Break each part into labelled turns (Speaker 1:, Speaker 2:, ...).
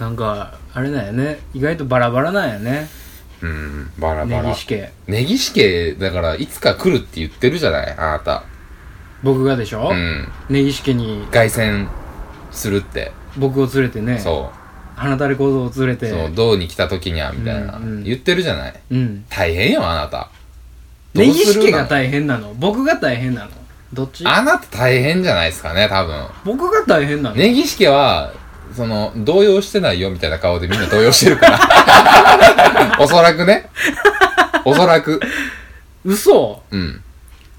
Speaker 1: なんかあれだよね意外とバラバラなんやね
Speaker 2: うん、バラ
Speaker 1: 根
Speaker 2: バラ。
Speaker 1: 岸家
Speaker 2: 根岸家、だから、いつか来るって言ってるじゃないあなた。
Speaker 1: 僕がでしょ、
Speaker 2: うん。
Speaker 1: 根岸家に
Speaker 2: 凱旋するって。
Speaker 1: 僕を連れてね
Speaker 2: そ
Speaker 1: 花垂れ小僧を連れ
Speaker 2: う。そ
Speaker 1: て
Speaker 2: う、どうに来た時には、みたいな。
Speaker 1: うんうん
Speaker 2: 言ってるじゃない
Speaker 1: うん
Speaker 2: 大変よ、あなた。どう
Speaker 1: 根岸
Speaker 2: す
Speaker 1: 家
Speaker 2: るな
Speaker 1: が大変なの僕が大変なのどっち
Speaker 2: あなた大変じゃないですかね、多分。
Speaker 1: 僕が大変なの、
Speaker 2: 根岸家は、その、動揺してないよみたいな顔でみんな動揺して るから。おそらくね。おそらく。
Speaker 1: 嘘
Speaker 2: うん。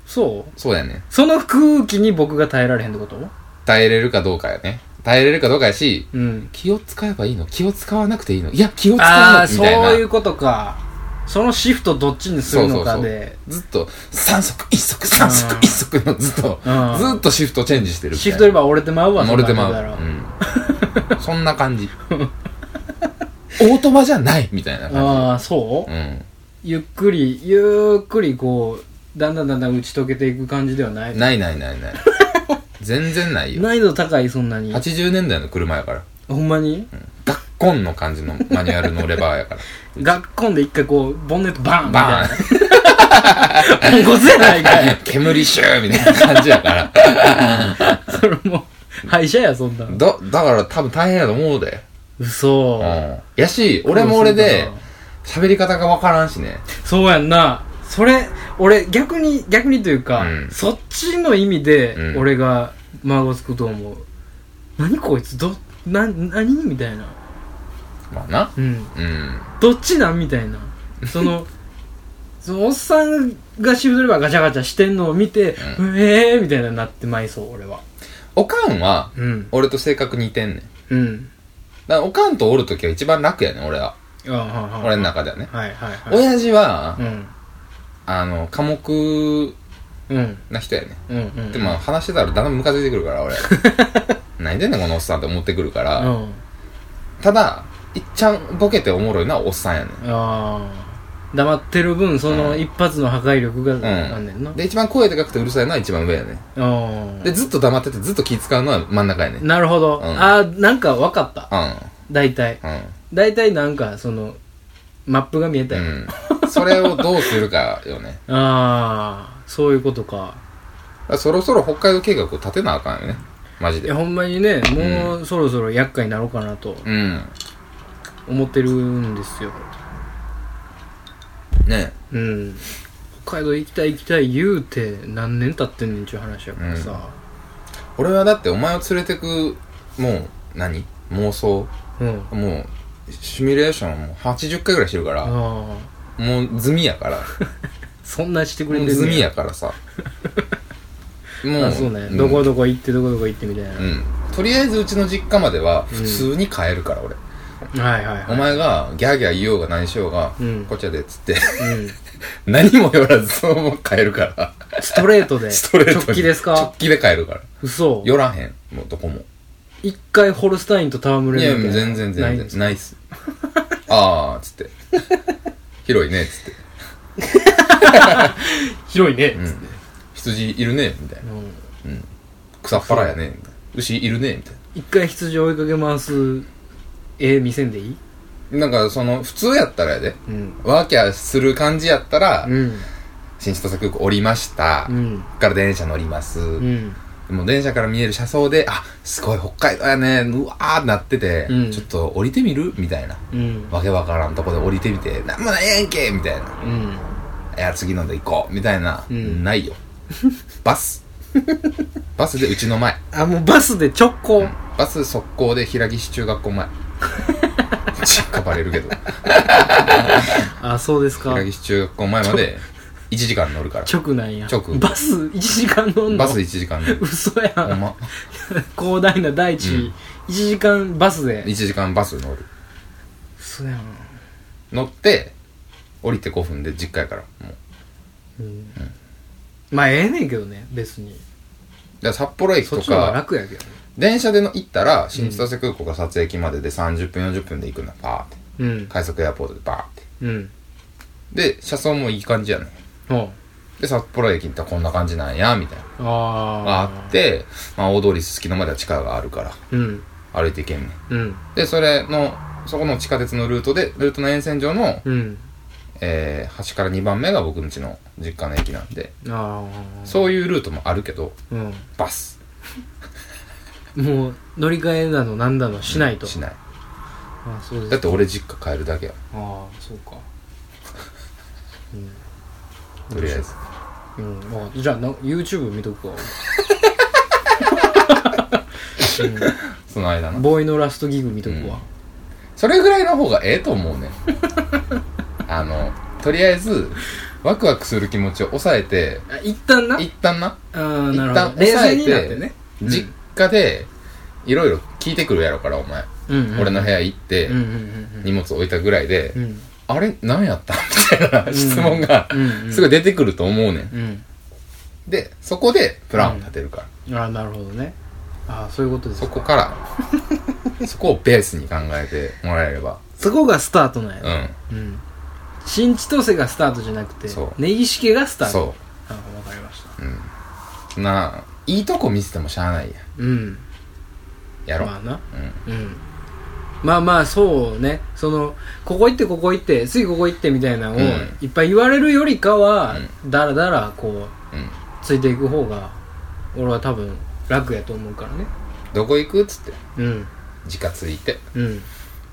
Speaker 1: そう
Speaker 2: そうやね。
Speaker 1: その空気に僕が耐えられへんってこと
Speaker 2: 耐えれるかどうかやね。耐えれるかどうかやし、
Speaker 1: うん
Speaker 2: 気を使えばいいの気を使わなくていいのいや、気を使
Speaker 1: あ
Speaker 2: う
Speaker 1: あ
Speaker 2: のみ
Speaker 1: そう
Speaker 2: たいな。
Speaker 1: いうことかそのシフトどっちにするのか
Speaker 2: そう
Speaker 1: で
Speaker 2: ずっと、三足、一足、三足
Speaker 1: うん、
Speaker 2: 一足のずっと、
Speaker 1: うん
Speaker 2: ずっとシフトチェンジしてるみた
Speaker 1: シ
Speaker 2: いな。
Speaker 1: フトレバー折れてまうわ
Speaker 2: 乗れてま
Speaker 1: そんなんだ
Speaker 2: う
Speaker 1: ったら。
Speaker 2: うんそんな感じ。 オートマじゃないみたいな感
Speaker 1: ああそう、
Speaker 2: じ。う
Speaker 1: ゆ
Speaker 2: ん。
Speaker 1: っくりゆっくりこうだんだんだんだん打ち解けていく感じではない
Speaker 2: ないないないない。全然ないよ。
Speaker 1: 難易度高いそんなに
Speaker 2: 80年代の車やから。
Speaker 1: ほんまに、
Speaker 2: ガッコンの感じのマニュアルのレバーやから。
Speaker 1: 学校で一回こうボンネットバーンみ
Speaker 2: バ
Speaker 1: た
Speaker 2: ーン
Speaker 1: いなポンコツやないか い
Speaker 2: 煙シューみたいな感じやから。
Speaker 1: それもう廃車やそんなん
Speaker 2: だ、だから多分大変やと思うで。
Speaker 1: 嘘、
Speaker 2: うん。やし、俺も俺で、喋り方がわからんしね。
Speaker 1: そうやんなそれ俺逆に逆にというか、
Speaker 2: うん
Speaker 1: そっちの意味で
Speaker 2: うん
Speaker 1: 俺が孫つくと思う、何こいつどな何みたいな
Speaker 2: まあな。
Speaker 1: うん
Speaker 2: うん。
Speaker 1: どっちなんみたいなそのそのおっさんがシフトレバーガチャガチャしてんのを見て、ええー、みたいななってまいそう俺は
Speaker 2: おかんは、
Speaker 1: うん
Speaker 2: 俺と性格似てん
Speaker 1: う
Speaker 2: ねん。だか
Speaker 1: ん
Speaker 2: らおかんとおるときは一番楽やねん、俺は。
Speaker 1: あはいはい
Speaker 2: 俺の中ではね。
Speaker 1: はいはいはい
Speaker 2: 親父は、
Speaker 1: うん
Speaker 2: あの、寡黙
Speaker 1: うん
Speaker 2: な人やね
Speaker 1: うんうん
Speaker 2: ん。でも話してたらだんだんムカついてくるか ら、俺。何でんねん、このおっさんって思ってくるか
Speaker 1: う
Speaker 2: ら。
Speaker 1: ん
Speaker 2: ただ、いっちゃんボケておもろいのはおっさんやねん。
Speaker 1: ああ黙ってる分その
Speaker 2: うん
Speaker 1: 一発の破壊力が
Speaker 2: ん
Speaker 1: あんねんな、
Speaker 2: で、一番声でかくてうるさいのは一番上やねん。
Speaker 1: うん
Speaker 2: で、ずっと黙っててずっと気使うのは真ん中やねん。うん。
Speaker 1: なるほど、
Speaker 2: うん
Speaker 1: ああなんか分かった大体
Speaker 2: うん。
Speaker 1: 大体なんかそのマップが見えたよ、
Speaker 2: うん。それをどうするかよね。
Speaker 1: ああそういうことか
Speaker 2: だからそろそろ北海道計画を立てなあかんよね。マジ
Speaker 1: い
Speaker 2: で
Speaker 1: や。ほんまにねもうそろそろ厄介になろうかなと
Speaker 2: うん。
Speaker 1: 思ってるんですよ
Speaker 2: ね
Speaker 1: うん北海道行きたい行きたい言うて何年経ってんねんちゅう話やからさ
Speaker 2: 俺はだってお前を連れてく、もう、何妄想。
Speaker 1: うん、
Speaker 2: もう、シミュレーションもう80回ぐらいしてるから、
Speaker 1: ああ
Speaker 2: もう済み やから。
Speaker 1: そんなしてくれ
Speaker 2: も
Speaker 1: て
Speaker 2: うん済
Speaker 1: ね
Speaker 2: み
Speaker 1: や
Speaker 2: やか らさ。も
Speaker 1: あそうね、どこどこ行ってどこどこ行ってみたいな、
Speaker 2: うん。とりあえずうちの実家までは普通に帰るから、俺。
Speaker 1: はいはい
Speaker 2: お
Speaker 1: は
Speaker 2: 前がギャーギャー言おうが何しようが、
Speaker 1: うん
Speaker 2: こっちやでっつって、
Speaker 1: い、うん、
Speaker 2: 何もよらずそのまま帰るから。
Speaker 1: ストレートで
Speaker 2: ストレートに
Speaker 1: 直帰です
Speaker 2: 直
Speaker 1: か
Speaker 2: 帰で帰るから。
Speaker 1: 嘘
Speaker 2: 寄らへん。もうどこも。
Speaker 1: 一回ホルスタインと戯
Speaker 2: い
Speaker 1: れ
Speaker 2: や、
Speaker 1: るみ
Speaker 2: 全
Speaker 1: たいな
Speaker 2: 然全然
Speaker 1: ない
Speaker 2: ないっす。 あー、つって。広いね、つって。
Speaker 1: 広いね、
Speaker 2: うん。羊いるね、みたいな。
Speaker 1: うん
Speaker 2: 草っ腹やね、みたいな。牛いるね、みたい
Speaker 1: 一回羊追いかけ回す絵見せんでいい
Speaker 2: な。なんか、その、普通やったらやで。
Speaker 1: うん
Speaker 2: ワーキャーする感じやったら、
Speaker 1: うん
Speaker 2: 新千歳空港降りました。
Speaker 1: う
Speaker 2: こ
Speaker 1: ん
Speaker 2: っから電車乗ります。
Speaker 1: うん
Speaker 2: もう電車から見える車窓で、あ、すごい北海道やね、うわーってなってて、
Speaker 1: うん
Speaker 2: ちょっと降りてみるみたいな。
Speaker 1: うん
Speaker 2: わけわからんとこで降りてみて、なんもないやんけみたいな。
Speaker 1: うん
Speaker 2: いや、次ので行こうみたいな。
Speaker 1: うん
Speaker 2: な いよ。バス。バスでうちの前。
Speaker 1: あもうバスで直行、
Speaker 2: バス速攻で平岸中学 校前。ちっかばれるけど。
Speaker 1: あそうですか
Speaker 2: 平岸中学校前まで1時間乗るから。
Speaker 1: 直なんや
Speaker 2: 直
Speaker 1: バス1時間乗んの
Speaker 2: バス1時間乗る。
Speaker 1: 嘘や
Speaker 2: ほん
Speaker 1: ん
Speaker 2: ま。
Speaker 1: 広大な大地、
Speaker 2: うん
Speaker 1: 1時間バスで
Speaker 2: 1時間バス乗る。
Speaker 1: 嘘やん
Speaker 2: 乗って、降りて5分で実家やから。もう
Speaker 1: うんまあええねんけどね別に
Speaker 2: だから札幌駅
Speaker 1: そっ
Speaker 2: と
Speaker 1: ちの方が
Speaker 2: か、
Speaker 1: 楽やけどね
Speaker 2: 電車での行ったら、新千歳空港から撮影駅までで30分、40分で行くの、バーって。
Speaker 1: うん
Speaker 2: 快速エアポートでバーって。
Speaker 1: うん
Speaker 2: で、車窓もいい感じやね
Speaker 1: ほう
Speaker 2: で、札幌駅行ったらこんな感じなんや、みたいな。
Speaker 1: あ
Speaker 2: あって、まあ、大通りすすきのまでは地下があるから、
Speaker 1: うん
Speaker 2: 歩いていけんねん。
Speaker 1: うん
Speaker 2: で、それの、そこの地下鉄のルートで、ルートの沿線上の、
Speaker 1: うん
Speaker 2: えー、端から2番目が僕の家の実家の駅なんで、
Speaker 1: ああ
Speaker 2: そういうルートもあるけど、
Speaker 1: うん
Speaker 2: バス。
Speaker 1: もう乗り換えだのなんだのしないと、
Speaker 2: しない。
Speaker 1: ああそうです
Speaker 2: だって俺実家帰るだけや。
Speaker 1: ああそうか
Speaker 2: とりあえず。
Speaker 1: うんあじゃあな YouTube 見と くわ、
Speaker 2: その間
Speaker 1: 俺
Speaker 2: な。
Speaker 1: ボーイのラストギグ見とくわ、
Speaker 2: それぐらいの方がええと思う ねん。あの、とりあえず、ワクワクする気持ちを抑えて、
Speaker 1: あ一旦な
Speaker 2: 一旦な、
Speaker 1: ああな
Speaker 2: 一
Speaker 1: る
Speaker 2: 旦
Speaker 1: ほど冷
Speaker 2: 抑え
Speaker 1: 静
Speaker 2: て
Speaker 1: になってねうん
Speaker 2: 実家で、いろいろ聞いてくるやろから、お前。
Speaker 1: うんうん
Speaker 2: 俺の部屋行って、
Speaker 1: うんうん
Speaker 2: 荷物置いたぐらいで、
Speaker 1: うんうん
Speaker 2: あれ何やった みたいな質問が、
Speaker 1: うんうん
Speaker 2: すごい出てくると思うねん。
Speaker 1: うん
Speaker 2: で、そこでプランを立てるから。
Speaker 1: ああなるほどねああそういうことです
Speaker 2: そこ から、そこをベースに考えてもらえれば。
Speaker 1: そこがスタートなんや
Speaker 2: う
Speaker 1: ね
Speaker 2: ん。
Speaker 1: うん新千歳がスタートじゃなくて
Speaker 2: そう
Speaker 1: 根岸家がスタート
Speaker 2: そ
Speaker 1: ああわかりました
Speaker 2: う。なあ、いいとこ見せてもしゃあないやん。
Speaker 1: うん
Speaker 2: やろ。
Speaker 1: まあな
Speaker 2: うん。
Speaker 1: うんまあまあそうねそのここ行ってここ行って次ここ行ってみたいなのを
Speaker 2: うん
Speaker 1: いっぱい言われるよりかは、
Speaker 2: う
Speaker 1: だらだらこう
Speaker 2: うん。
Speaker 1: ついていく方が俺は多分楽やと思うからね
Speaker 2: どこ行くっつって、
Speaker 1: うん
Speaker 2: 自家ついて、
Speaker 1: うん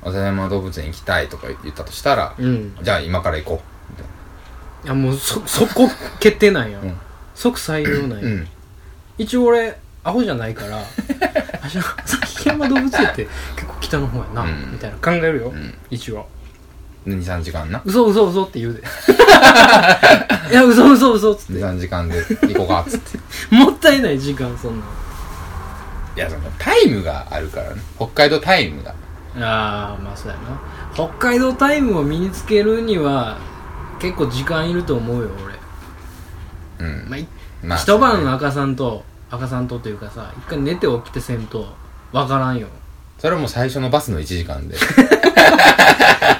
Speaker 2: 浅山動物園行きたいとか言ったとしたら、
Speaker 1: うん
Speaker 2: じゃあ今から行こう。みたい
Speaker 1: いやもうそそこ決定なんや、
Speaker 2: うん
Speaker 1: 即採用なんや、
Speaker 2: なうん。
Speaker 1: 一応俺アホじゃないから あじゃあ崎山動物園って結構北の方やな、
Speaker 2: うん
Speaker 1: みたいな考えるよ、
Speaker 2: ん
Speaker 1: 一応
Speaker 2: 2、3時間な。
Speaker 1: 嘘嘘嘘って言う でいや嘘嘘嘘っつっ
Speaker 2: 2、3時間で行こうか、つって。
Speaker 1: て もったいない時間そんない
Speaker 2: や、そのタイムがあるからね。北海道タイムが。
Speaker 1: ああまあそうやな北海道タイムを身につけるには結構時間いると思うよ俺
Speaker 2: うん。
Speaker 1: まあい
Speaker 2: まあ
Speaker 1: 一晩赤さんと赤さんとというかさ一回寝て起きてせんとわから んよ
Speaker 2: それはもう最初のバスの1時 間で、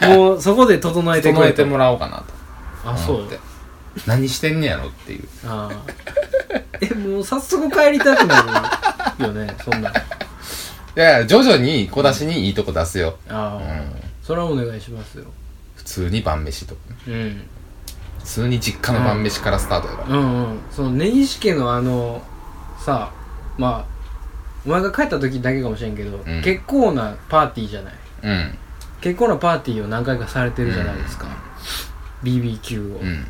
Speaker 1: もうそこで整えてく
Speaker 2: 整
Speaker 1: れ
Speaker 2: え
Speaker 1: と
Speaker 2: てもらおうかなと
Speaker 1: あそ
Speaker 2: 思
Speaker 1: う
Speaker 2: って。何してんねやろっていう。
Speaker 1: ああえもう早速帰りたくなるよねそんなんあ
Speaker 2: いやいや、徐々に小出しにいいとこ出すよ。う
Speaker 1: あ、
Speaker 2: ん。
Speaker 1: それはお願いしますよ
Speaker 2: 普通に晩飯とか。
Speaker 1: うん
Speaker 2: 普通に実家の晩飯からスタートやか
Speaker 1: うんうんその根岸家のあのさまあお前が帰った時だけかもしれんけど、
Speaker 2: ん
Speaker 1: 結構なパーティーじゃない
Speaker 2: ら。うん。
Speaker 1: 結構なパーティーを何回かされてるじゃないですか、BBQ を、
Speaker 2: うん。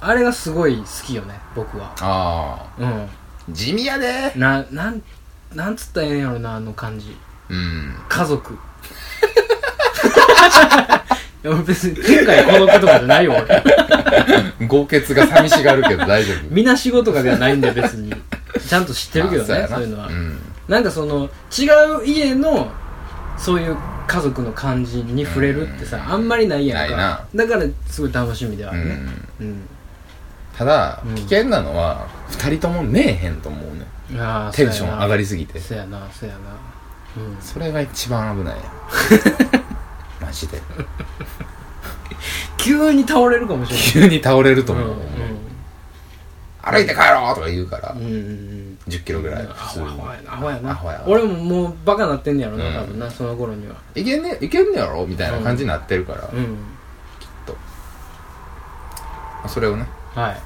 Speaker 1: あれがすごい好きよね僕は
Speaker 2: あ
Speaker 1: うん
Speaker 2: あ。地味やで
Speaker 1: ななんなんつったらええんやろなあの感じ
Speaker 2: うん。
Speaker 1: 家族 いや俺別に天下に孤独とかじゃないよ俺
Speaker 2: 豪傑が寂しがるけど大丈 夫。
Speaker 1: みんな仕事とかではないんで別にちゃんと知ってるけど
Speaker 2: まあ
Speaker 1: ね
Speaker 2: やな
Speaker 1: そういうのは、
Speaker 2: ん。
Speaker 1: なんかその違う家のそういう家族の感じに触れるってさ、
Speaker 2: うん
Speaker 1: あんまりないやんか
Speaker 2: な
Speaker 1: だからすごい楽しみではあ
Speaker 2: う
Speaker 1: るね
Speaker 2: ん。
Speaker 1: うん、
Speaker 2: ただ
Speaker 1: うん、
Speaker 2: 危険なのは、二人とも寝えへんと思うね。
Speaker 1: ああ
Speaker 2: テンション上が
Speaker 1: り
Speaker 2: りすぎて。
Speaker 1: そやなそやなうん
Speaker 2: それが一番 危ない。マジで。
Speaker 1: 急に倒れるかもしれない
Speaker 2: 急に倒れると思う。
Speaker 1: う
Speaker 2: 歩いて帰ろうとか言うから
Speaker 1: ん、うんうん
Speaker 2: 10キロぐらい
Speaker 1: ア
Speaker 2: 普通
Speaker 1: ホや
Speaker 2: に。
Speaker 1: なアホやな
Speaker 2: アホやな
Speaker 1: 俺ももうバカなってんねやろな
Speaker 2: うん
Speaker 1: 多分なその頃にはい
Speaker 2: けんね、いけんねやろみたいな感じになってるから
Speaker 1: う、ん
Speaker 2: それをね、
Speaker 1: はい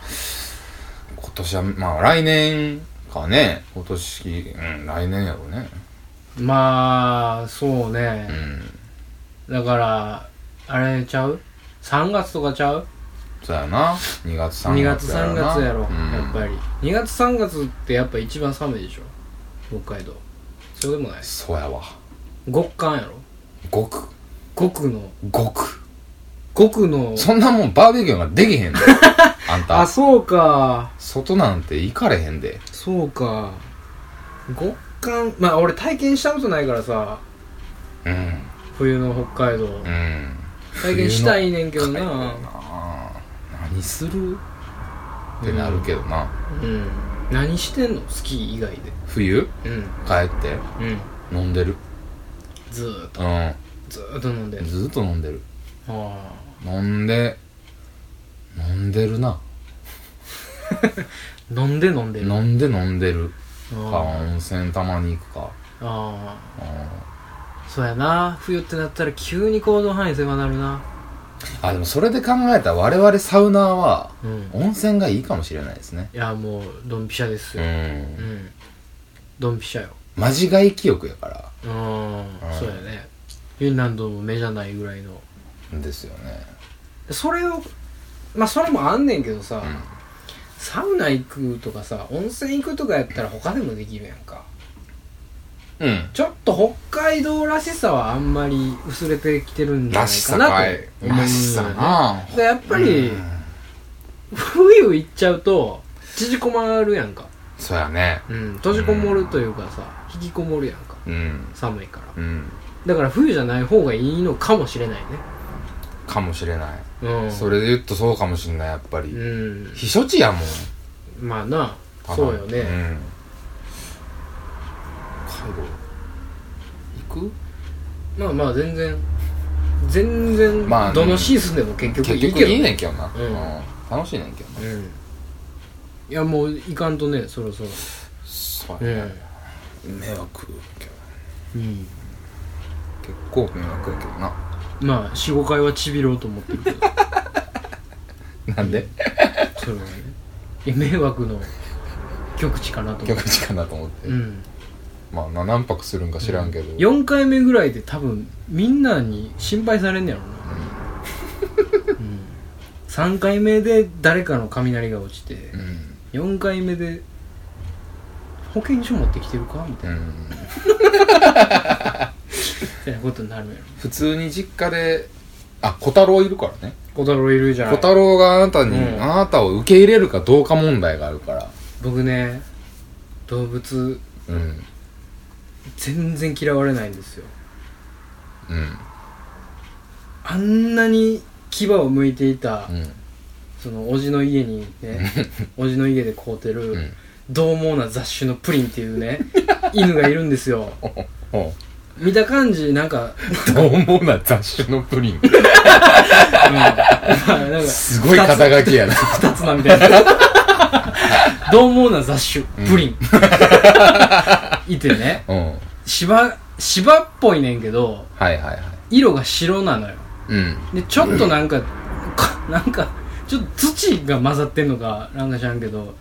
Speaker 2: 今年は、まあ来年かね、今年、うん、来年やろうね。
Speaker 1: まあそう
Speaker 2: う
Speaker 1: ね
Speaker 2: ん。
Speaker 1: だからあれちゃう3月とかちゃう
Speaker 2: そうやな。2月3
Speaker 1: 2
Speaker 2: 月
Speaker 1: 月
Speaker 2: やろ
Speaker 1: 3
Speaker 2: な。
Speaker 1: 月やろ
Speaker 2: うん
Speaker 1: やっぱり2月3月ってやっぱ一番寒いでしょ北海道そうでもない
Speaker 2: そうやわ。
Speaker 1: 極寒やろ
Speaker 2: 極。
Speaker 1: 極の
Speaker 2: 極。
Speaker 1: 極の
Speaker 2: そんなもんバーベキューができへん で。あん
Speaker 1: あ
Speaker 2: た、
Speaker 1: そうか
Speaker 2: 外なんて行かれへんで。
Speaker 1: そうか極寒まあ俺体験したことないからさ
Speaker 2: うん。
Speaker 1: 冬の北海道
Speaker 2: うん。
Speaker 1: 体験したいねんけどな
Speaker 2: ああ。何するってなるけどな。
Speaker 1: うん何してんのスキー以外で
Speaker 2: 冬
Speaker 1: うん
Speaker 2: 帰って
Speaker 1: うん
Speaker 2: 飲んでる。
Speaker 1: ずーっと
Speaker 2: うん。
Speaker 1: ずーっと飲んで
Speaker 2: ずっと飲んでる。
Speaker 1: あ
Speaker 2: 飲んで、飲んでるな。
Speaker 1: あ飲んで飲んでる
Speaker 2: 飲んで飲んでる。か、
Speaker 1: あ
Speaker 2: 温泉たまに行くか。
Speaker 1: ああ
Speaker 2: うん
Speaker 1: あそうやな冬ってなったら急に行動範囲狭なるな
Speaker 2: あでもそれで考えたら我々サウナーは
Speaker 1: うんい
Speaker 2: 温泉がいいかもしれないですね
Speaker 1: やもうドンピシャです
Speaker 2: う
Speaker 1: ようんんドンピシャよ
Speaker 2: 間違い記憶やか
Speaker 1: うんそうやねフィンランドも目じゃないぐらいの
Speaker 2: らですよね
Speaker 1: それをまあそれもあんねんけどさ、
Speaker 2: ん
Speaker 1: サウナ行くとかさ温泉行くとかやったら他でもできるやんか
Speaker 2: うん
Speaker 1: ちょっと北海道らしさはあんまり薄れてきてるんじゃ
Speaker 2: ら
Speaker 1: ない
Speaker 2: し
Speaker 1: か
Speaker 2: さ
Speaker 1: なと
Speaker 2: かい
Speaker 1: 思うんだよね
Speaker 2: らしさな
Speaker 1: でやっぱり、
Speaker 2: うん
Speaker 1: 冬行っちゃうと縮こまるやんか、
Speaker 2: そうやね
Speaker 1: うん、閉じこもるというかさ引きこもるやんか
Speaker 2: うん
Speaker 1: 寒いから
Speaker 2: うん
Speaker 1: だから冬じゃない方がいいのかもしれないね
Speaker 2: かもしれない
Speaker 1: うん
Speaker 2: それで言うとそうかもしれないやっぱり、
Speaker 1: うん
Speaker 2: 避暑地やもん
Speaker 1: まあなそうよね、
Speaker 2: うん介護行く
Speaker 1: まあまあ全然全然
Speaker 2: まあ
Speaker 1: どのシーズンでも結局
Speaker 2: 結
Speaker 1: いい
Speaker 2: 局
Speaker 1: けど、
Speaker 2: いいねんけどな、
Speaker 1: うん
Speaker 2: 楽しいねんけどな
Speaker 1: うんいやもういかんとねそろそろ
Speaker 2: そうや
Speaker 1: え
Speaker 2: ね、迷惑やけど
Speaker 1: えうん
Speaker 2: 結構迷惑やけどな
Speaker 1: まあ45回はちびろうと思ってるけど
Speaker 2: なんで
Speaker 1: それはねいや迷惑の極地かなと思っ
Speaker 2: 逆
Speaker 1: て
Speaker 2: 地かなと思って、
Speaker 1: うん
Speaker 2: まあな何泊するんか知らんけど、
Speaker 1: 4回目ぐらいで多分みんなに心配されんねやろな、うん、3回目で誰かの雷が落ちて、
Speaker 2: うん
Speaker 1: 4回目で保険証持ってきてるかみたい
Speaker 2: うん
Speaker 1: なことになるやろ
Speaker 2: 普通に実家であ小太郎いるからね
Speaker 1: 小太郎いるじゃ
Speaker 2: 小
Speaker 1: ん
Speaker 2: 太郎があなたに、
Speaker 1: うん
Speaker 2: あなたを受け入れるかどうか問題があるから
Speaker 1: 僕ね動物
Speaker 2: うん
Speaker 1: 全然嫌われないんですよ
Speaker 2: うん
Speaker 1: あんなに牙を剥いていた、
Speaker 2: うん
Speaker 1: そのおじの家に ねおじの家で飼うてる、
Speaker 2: うん
Speaker 1: 獰猛な雑種のプリンっていうね犬がいるんです よ
Speaker 2: おう
Speaker 1: 見た感じなんか、
Speaker 2: どう思うな雑種のプリン
Speaker 1: うんまあなんか
Speaker 2: すごい肩書きやな
Speaker 1: 二つなみたい な獰猛な雑種プリン、いてね
Speaker 2: うん
Speaker 1: 芝芝っぽいねんけど
Speaker 2: はいはいはい
Speaker 1: 色が白なのよ
Speaker 2: うん
Speaker 1: でちょっとなんか、 かなんかちょっと土が混ざってんのかなんか知らんけど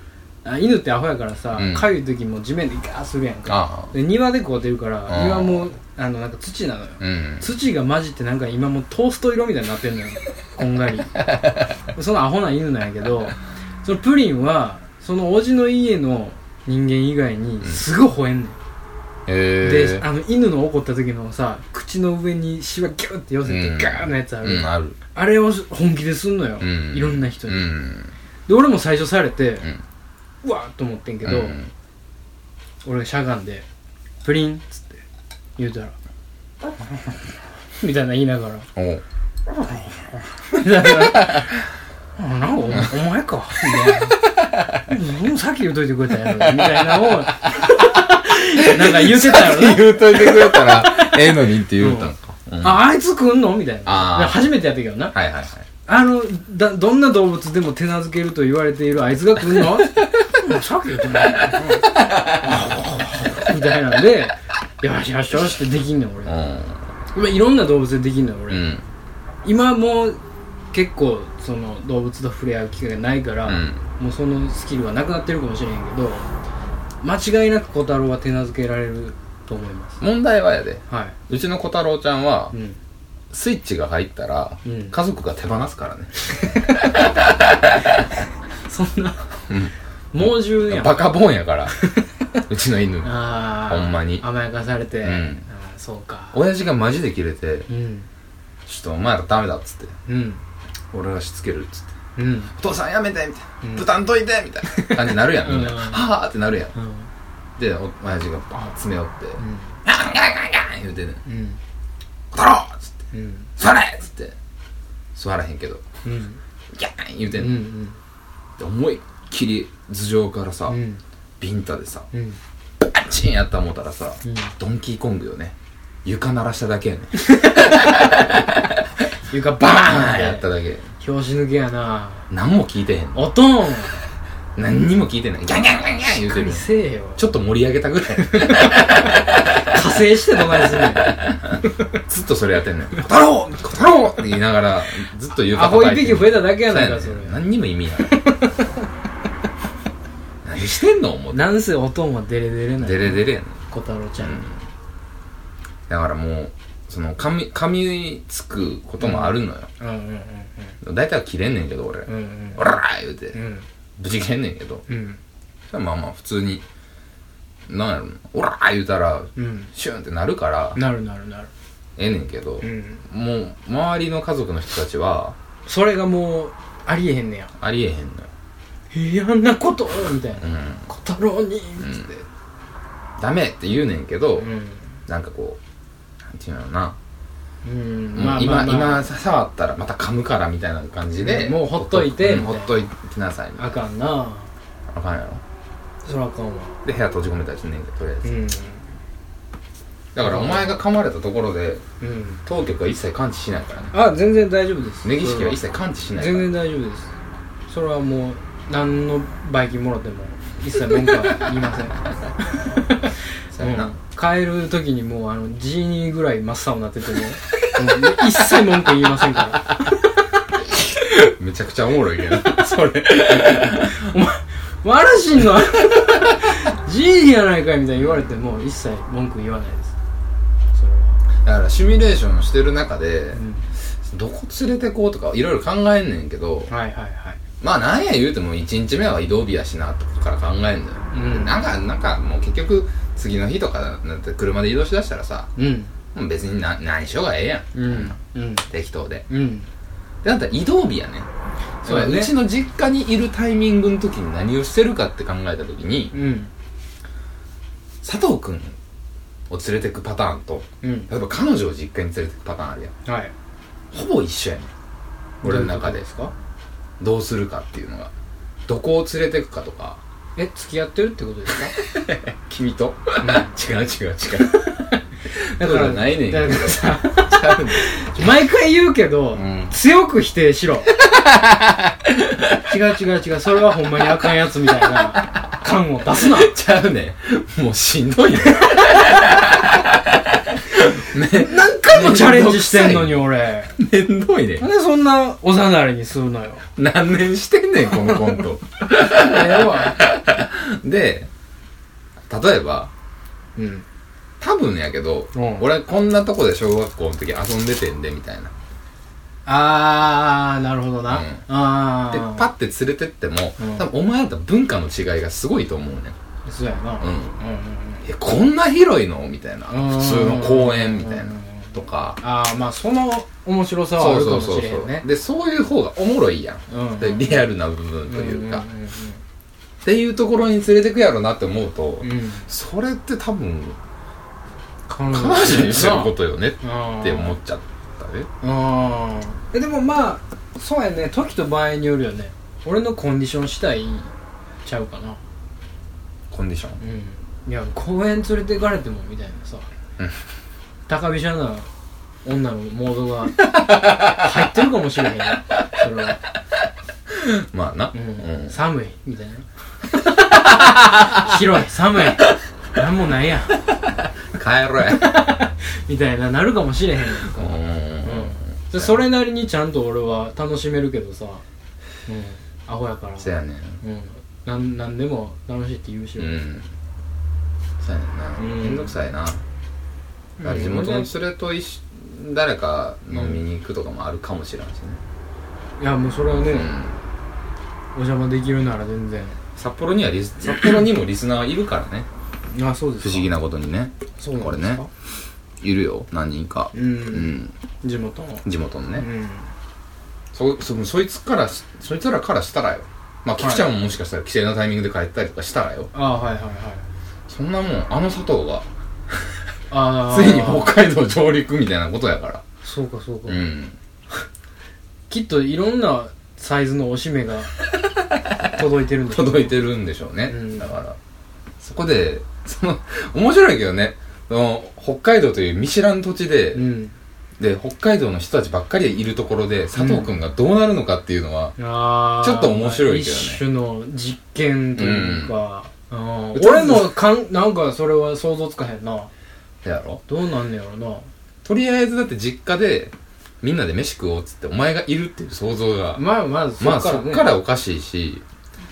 Speaker 1: あ犬ってアホやからさ
Speaker 2: うん
Speaker 1: かゆ、い時も地面でガーするやんか
Speaker 2: ああ
Speaker 1: で庭でこう出るから
Speaker 2: あー
Speaker 1: 庭もあのなんか土なのよ、
Speaker 2: うん
Speaker 1: 土が混じってなんか今もうトースト色みたいになってんのよこん がりそのアホな犬なんやけどそのプリンはそのおじの家の人間以外にすごい吠えんねん、
Speaker 2: へえ
Speaker 1: であの犬の怒った時のさ口の上にシワギュッて寄せて
Speaker 2: うん
Speaker 1: ガーのやつある、
Speaker 2: うんある
Speaker 1: あれを本気ですんのよ、
Speaker 2: うん
Speaker 1: いろんな人
Speaker 2: う
Speaker 1: に、
Speaker 2: ん
Speaker 1: で俺も最初されて、
Speaker 2: ん
Speaker 1: うわーっと思ってんけど、
Speaker 2: うん
Speaker 1: 俺がしゃがんで「プリン」っつって言うたら 「みたいな言いながら
Speaker 2: おう
Speaker 1: みたいな「あなんかおお前か」 みたいな「もうさっき言うといてくれたやろ」みたいな のをなんか言ってたやろな
Speaker 2: 言うといてくれたらええのにって言うたんか、うんはい
Speaker 1: ああいつ来んのみたい
Speaker 2: あー
Speaker 1: な初めてやったけどな
Speaker 2: はいはい
Speaker 1: あのだどんな動物でも手なずけると言われているあいつが来る のうんさっき言ってもらったよな みたいなんでよしよしよしってできんねん俺、今いろんな動物でできんのよ
Speaker 2: う
Speaker 1: 俺、
Speaker 2: んうん
Speaker 1: 今もう結構その動物と触れ合う機会がないから、
Speaker 2: うん
Speaker 1: もうそのスキルはなくなってるかもしれへんけど間違いなく小太郎は手なずけられると思います
Speaker 2: 問題はやで
Speaker 1: は、
Speaker 2: うちの小太郎ちゃんはい
Speaker 1: うん、
Speaker 2: スイッチが入ったら、
Speaker 1: うん
Speaker 2: 家族が手放すからね、
Speaker 1: そんな猛獣やん
Speaker 2: バカボンやから うちの犬
Speaker 1: あー
Speaker 2: ほんまに
Speaker 1: 甘やかされて、
Speaker 2: うん
Speaker 1: あーそうか
Speaker 2: 親父がマジでキレて
Speaker 1: うん
Speaker 2: 「ちょっとお前らダメだ」っつって
Speaker 1: うん
Speaker 2: 「俺がしつける」っつって
Speaker 1: うん
Speaker 2: 「お父さんやめて」みたいな
Speaker 1: うん
Speaker 2: 「豚んといて」みたい な感じになるやんみんな
Speaker 1: う
Speaker 2: 「
Speaker 1: ん
Speaker 2: はあ」ってなるやん
Speaker 1: うん
Speaker 2: でお親父がバーン詰め寄って「ガンガンガンガン」言うてね
Speaker 1: うん
Speaker 2: 「小太郎!」っつっ
Speaker 1: う
Speaker 2: て
Speaker 1: ん
Speaker 2: 「座れ!」っつって座らへんけど
Speaker 1: うんうん
Speaker 2: 「ギャーン!」言うて
Speaker 1: うん
Speaker 2: ね
Speaker 1: ん
Speaker 2: で思いっきり頭上からさ
Speaker 1: うん
Speaker 2: ビンタでさ
Speaker 1: うん
Speaker 2: バチンやった思ったらさ
Speaker 1: うん
Speaker 2: ドンキーコングよね床鳴らしただけやね
Speaker 1: 床バ
Speaker 2: バ
Speaker 1: ーン
Speaker 2: ーンやっ
Speaker 1: ったて
Speaker 2: だけ
Speaker 1: 拍子抜けやな
Speaker 2: 何も聞いてへん
Speaker 1: おとん
Speaker 2: 何にも聞いてないギャンギャンギャンギャン言うてる
Speaker 1: せえよ
Speaker 2: ちょっと盛り上げたぐらい
Speaker 1: 制してどないすんねん。
Speaker 2: ずっとそれやってんのよ。太郎太郎って言いながら、ずっと言う
Speaker 1: アホ一匹増えただけやないか、それ。
Speaker 2: 何にも意味ない。 何してんの思って。
Speaker 1: なんせ音もデレデレない。
Speaker 2: デレデレやね
Speaker 1: 小太郎ちゃん。
Speaker 2: だからもう、その、噛み、噛みつくこともあるのよ。
Speaker 1: うんうんうん
Speaker 2: 大体は切れんねんけど、俺。
Speaker 1: うん。うん
Speaker 2: おらー言うて
Speaker 1: う、ん。
Speaker 2: ぶち切れんねんけど。
Speaker 1: うん。
Speaker 2: それはまあまあ、普通に、なんやろな、おらー言うたら、
Speaker 1: うん。
Speaker 2: シュンってなるから、
Speaker 1: なるなるなる。
Speaker 2: ええねんけど
Speaker 1: う、ん。
Speaker 2: もう、周りの家族の人たちは、
Speaker 1: それがもう、ありえへんねや。
Speaker 2: ありえへんのよ。
Speaker 1: えー、あんなことみたいな。
Speaker 2: うん。
Speaker 1: 小太郎につって。
Speaker 2: ダメって言うねんけど、
Speaker 1: うん。
Speaker 2: なんかこうなんていうのかな、
Speaker 1: うん。
Speaker 2: もう
Speaker 1: まあ
Speaker 2: 今、
Speaker 1: まあまあ
Speaker 2: 今触ったらまた噛むからみたいな感じで、
Speaker 1: うんもうほっといて
Speaker 2: うん
Speaker 1: み
Speaker 2: ほ
Speaker 1: たい
Speaker 2: っ
Speaker 1: な
Speaker 2: といきなさいみたい
Speaker 1: あかんな
Speaker 2: なあかんやろ
Speaker 1: そらあかんわ。
Speaker 2: で部屋閉じ込めたりすんねんけどとりあえ
Speaker 1: う
Speaker 2: ず、
Speaker 1: ん。
Speaker 2: だからお前が噛まれたところで
Speaker 1: うん。
Speaker 2: 当局は一切感知しないからね
Speaker 1: あ、全然大丈夫です。
Speaker 2: 根岸家は一切感知しないか
Speaker 1: 全
Speaker 2: ら
Speaker 1: 然大丈夫ですそれはもう何のバイキンもろても一切文句は言いません
Speaker 2: そうやな、
Speaker 1: 帰る時にもうあのジーニーぐらい真っ青になっててももう一切文句言いませんから
Speaker 2: めちゃくちゃおもろい けどそれ
Speaker 1: もう嵐の ジーニーやないかいみたいに言われても一切文句言わないですそれは
Speaker 2: だからシミュレーションしてる中で
Speaker 1: う、ん
Speaker 2: どこ連れてこうとかいろいろ考えんねんけど、
Speaker 1: はいはいはい
Speaker 2: まあなんや言うても1日目は移動日やしなってことから考えんのよ、
Speaker 1: うん
Speaker 2: なんかなんかもう結局次の日とかだって車で移動しだしたらさ
Speaker 1: うん
Speaker 2: もう別にな何しようがええやん、
Speaker 1: うんうん
Speaker 2: 適当で
Speaker 1: うん
Speaker 2: でだったら移動日やね
Speaker 1: そうやね
Speaker 2: うちの実家にいるタイミングの時に何をしてるかって考えた時に
Speaker 1: うん
Speaker 2: 佐藤君を連れてくパターンと
Speaker 1: うん
Speaker 2: 例えば彼女を実家に連れてくパターンあるやん
Speaker 1: はい
Speaker 2: ほぼ一緒やねん俺の中
Speaker 1: どういうこと
Speaker 2: で
Speaker 1: ですか
Speaker 2: どうするかっていうのがどこを連れてくかとか
Speaker 1: え付き合ってるってことですか
Speaker 2: 君と、違う違う違う
Speaker 1: だ
Speaker 2: だ
Speaker 1: か
Speaker 2: かららないねん
Speaker 1: だからさ
Speaker 2: ちゃうねん
Speaker 1: 毎回言うけど、
Speaker 2: ん
Speaker 1: 強く否定し ろ違う違う違うそれはほんまにあかんやつみたいな感を出すな
Speaker 2: ちゃうねんもうし んどいねん
Speaker 1: 何回もチャレンジしてんのに俺
Speaker 2: めんどいね
Speaker 1: なんでそんなおざなりにするのよ
Speaker 2: ん何年してん ねんこのコント
Speaker 1: ええわ
Speaker 2: で例えば
Speaker 1: うん
Speaker 2: 多分やけど、
Speaker 1: うん
Speaker 2: 俺こんなとこで小学校の時遊んでてんでみたいな
Speaker 1: あーなるほどな、
Speaker 2: うん
Speaker 1: あ
Speaker 2: で
Speaker 1: ー
Speaker 2: パッて連れてっても、
Speaker 1: うん
Speaker 2: 多分お前だったら文化の違いがすごいと思うねん
Speaker 1: そうやな
Speaker 2: うん
Speaker 1: うんうん
Speaker 2: えこんな広いのみたいな
Speaker 1: うん
Speaker 2: 普通の公園みたいな
Speaker 1: うん
Speaker 2: とか
Speaker 1: あーまあその面白さはあ
Speaker 2: そ
Speaker 1: る
Speaker 2: う
Speaker 1: か
Speaker 2: そう
Speaker 1: も
Speaker 2: そ
Speaker 1: し
Speaker 2: う
Speaker 1: れ
Speaker 2: そ
Speaker 1: んね
Speaker 2: うでそういう方がおもろいやん、
Speaker 1: うん
Speaker 2: でリアルな部分というか、
Speaker 1: んうん
Speaker 2: っていうところに連れてくやろなって思うと、
Speaker 1: うんうんうん
Speaker 2: それって多分
Speaker 1: 彼
Speaker 2: 彼女にすることよねって思っちゃったね
Speaker 1: ああでもまあそうやね時と場合によるよね俺のコンディション次第ちゃうかな
Speaker 2: コンディション
Speaker 1: うんいや公園連れて行かれてもみたいなさ、
Speaker 2: うん
Speaker 1: 高飛車な女のモードが入ってるかもしれへんよそれは、
Speaker 2: まあな
Speaker 1: う
Speaker 2: うんん
Speaker 1: 寒いみたいな 広い寒いなんもないやん
Speaker 2: 帰ろや
Speaker 1: みたいななるかもしれへんやんか
Speaker 2: うんうん
Speaker 1: でそれなりにちゃんと俺は楽しめるけどさ、うん、アホやから
Speaker 2: そやねん
Speaker 1: うん、なんなんでも楽しいって言うし、
Speaker 2: う
Speaker 1: うん
Speaker 2: んそやねんな
Speaker 1: うん
Speaker 2: めんどくさいなだから地元の連れと一緒誰か飲みに行くとかもあるかもしれんしね
Speaker 1: いやもうそれはね、
Speaker 2: う
Speaker 1: お
Speaker 2: ん
Speaker 1: 邪魔できるなら全然
Speaker 2: 札幌にはリス札幌にもリスナーいるからね
Speaker 1: あそうです
Speaker 2: 不
Speaker 1: か
Speaker 2: 思議なことにね
Speaker 1: そうなん
Speaker 2: これ
Speaker 1: です
Speaker 2: ね
Speaker 1: か
Speaker 2: いるよ何人か
Speaker 1: うん
Speaker 2: う、
Speaker 1: 地元の、
Speaker 2: 地元のね、
Speaker 1: うん、
Speaker 2: そそそいつからしそいつらからしたらよまあ菊ちゃんももしかしたら帰省のタイミングで帰ったりとかしたらよ
Speaker 1: あはいはいはい
Speaker 2: そんなもんあの佐藤が
Speaker 1: あ
Speaker 2: ついに北海道上陸みたいなことやから
Speaker 1: そうかそうか、
Speaker 2: うん
Speaker 1: きっといろんなサイズのおしめが 届いてるんでしょ
Speaker 2: 届いてるんでしょうね、
Speaker 1: うん
Speaker 2: だからそこで その面白いけどねその北海道という見知らぬ土地で、
Speaker 1: うん
Speaker 2: で北海道の人たちばっかりいるところで佐藤君がどうなるのかっていうのは、
Speaker 1: あー
Speaker 2: ちょっと面白いけどね
Speaker 1: 一種の実験というか、うん
Speaker 2: うん
Speaker 1: 俺もかんなんかそれは想像つかへんな
Speaker 2: やろ
Speaker 1: どうなんねやろな
Speaker 2: とりあえずだって実家でみんなで飯食おうっつってお前がいるっていう想像が
Speaker 1: まあまあそ
Speaker 2: まあ
Speaker 1: っか
Speaker 2: そ
Speaker 1: ら
Speaker 2: っ
Speaker 1: ね、
Speaker 2: からおかしいし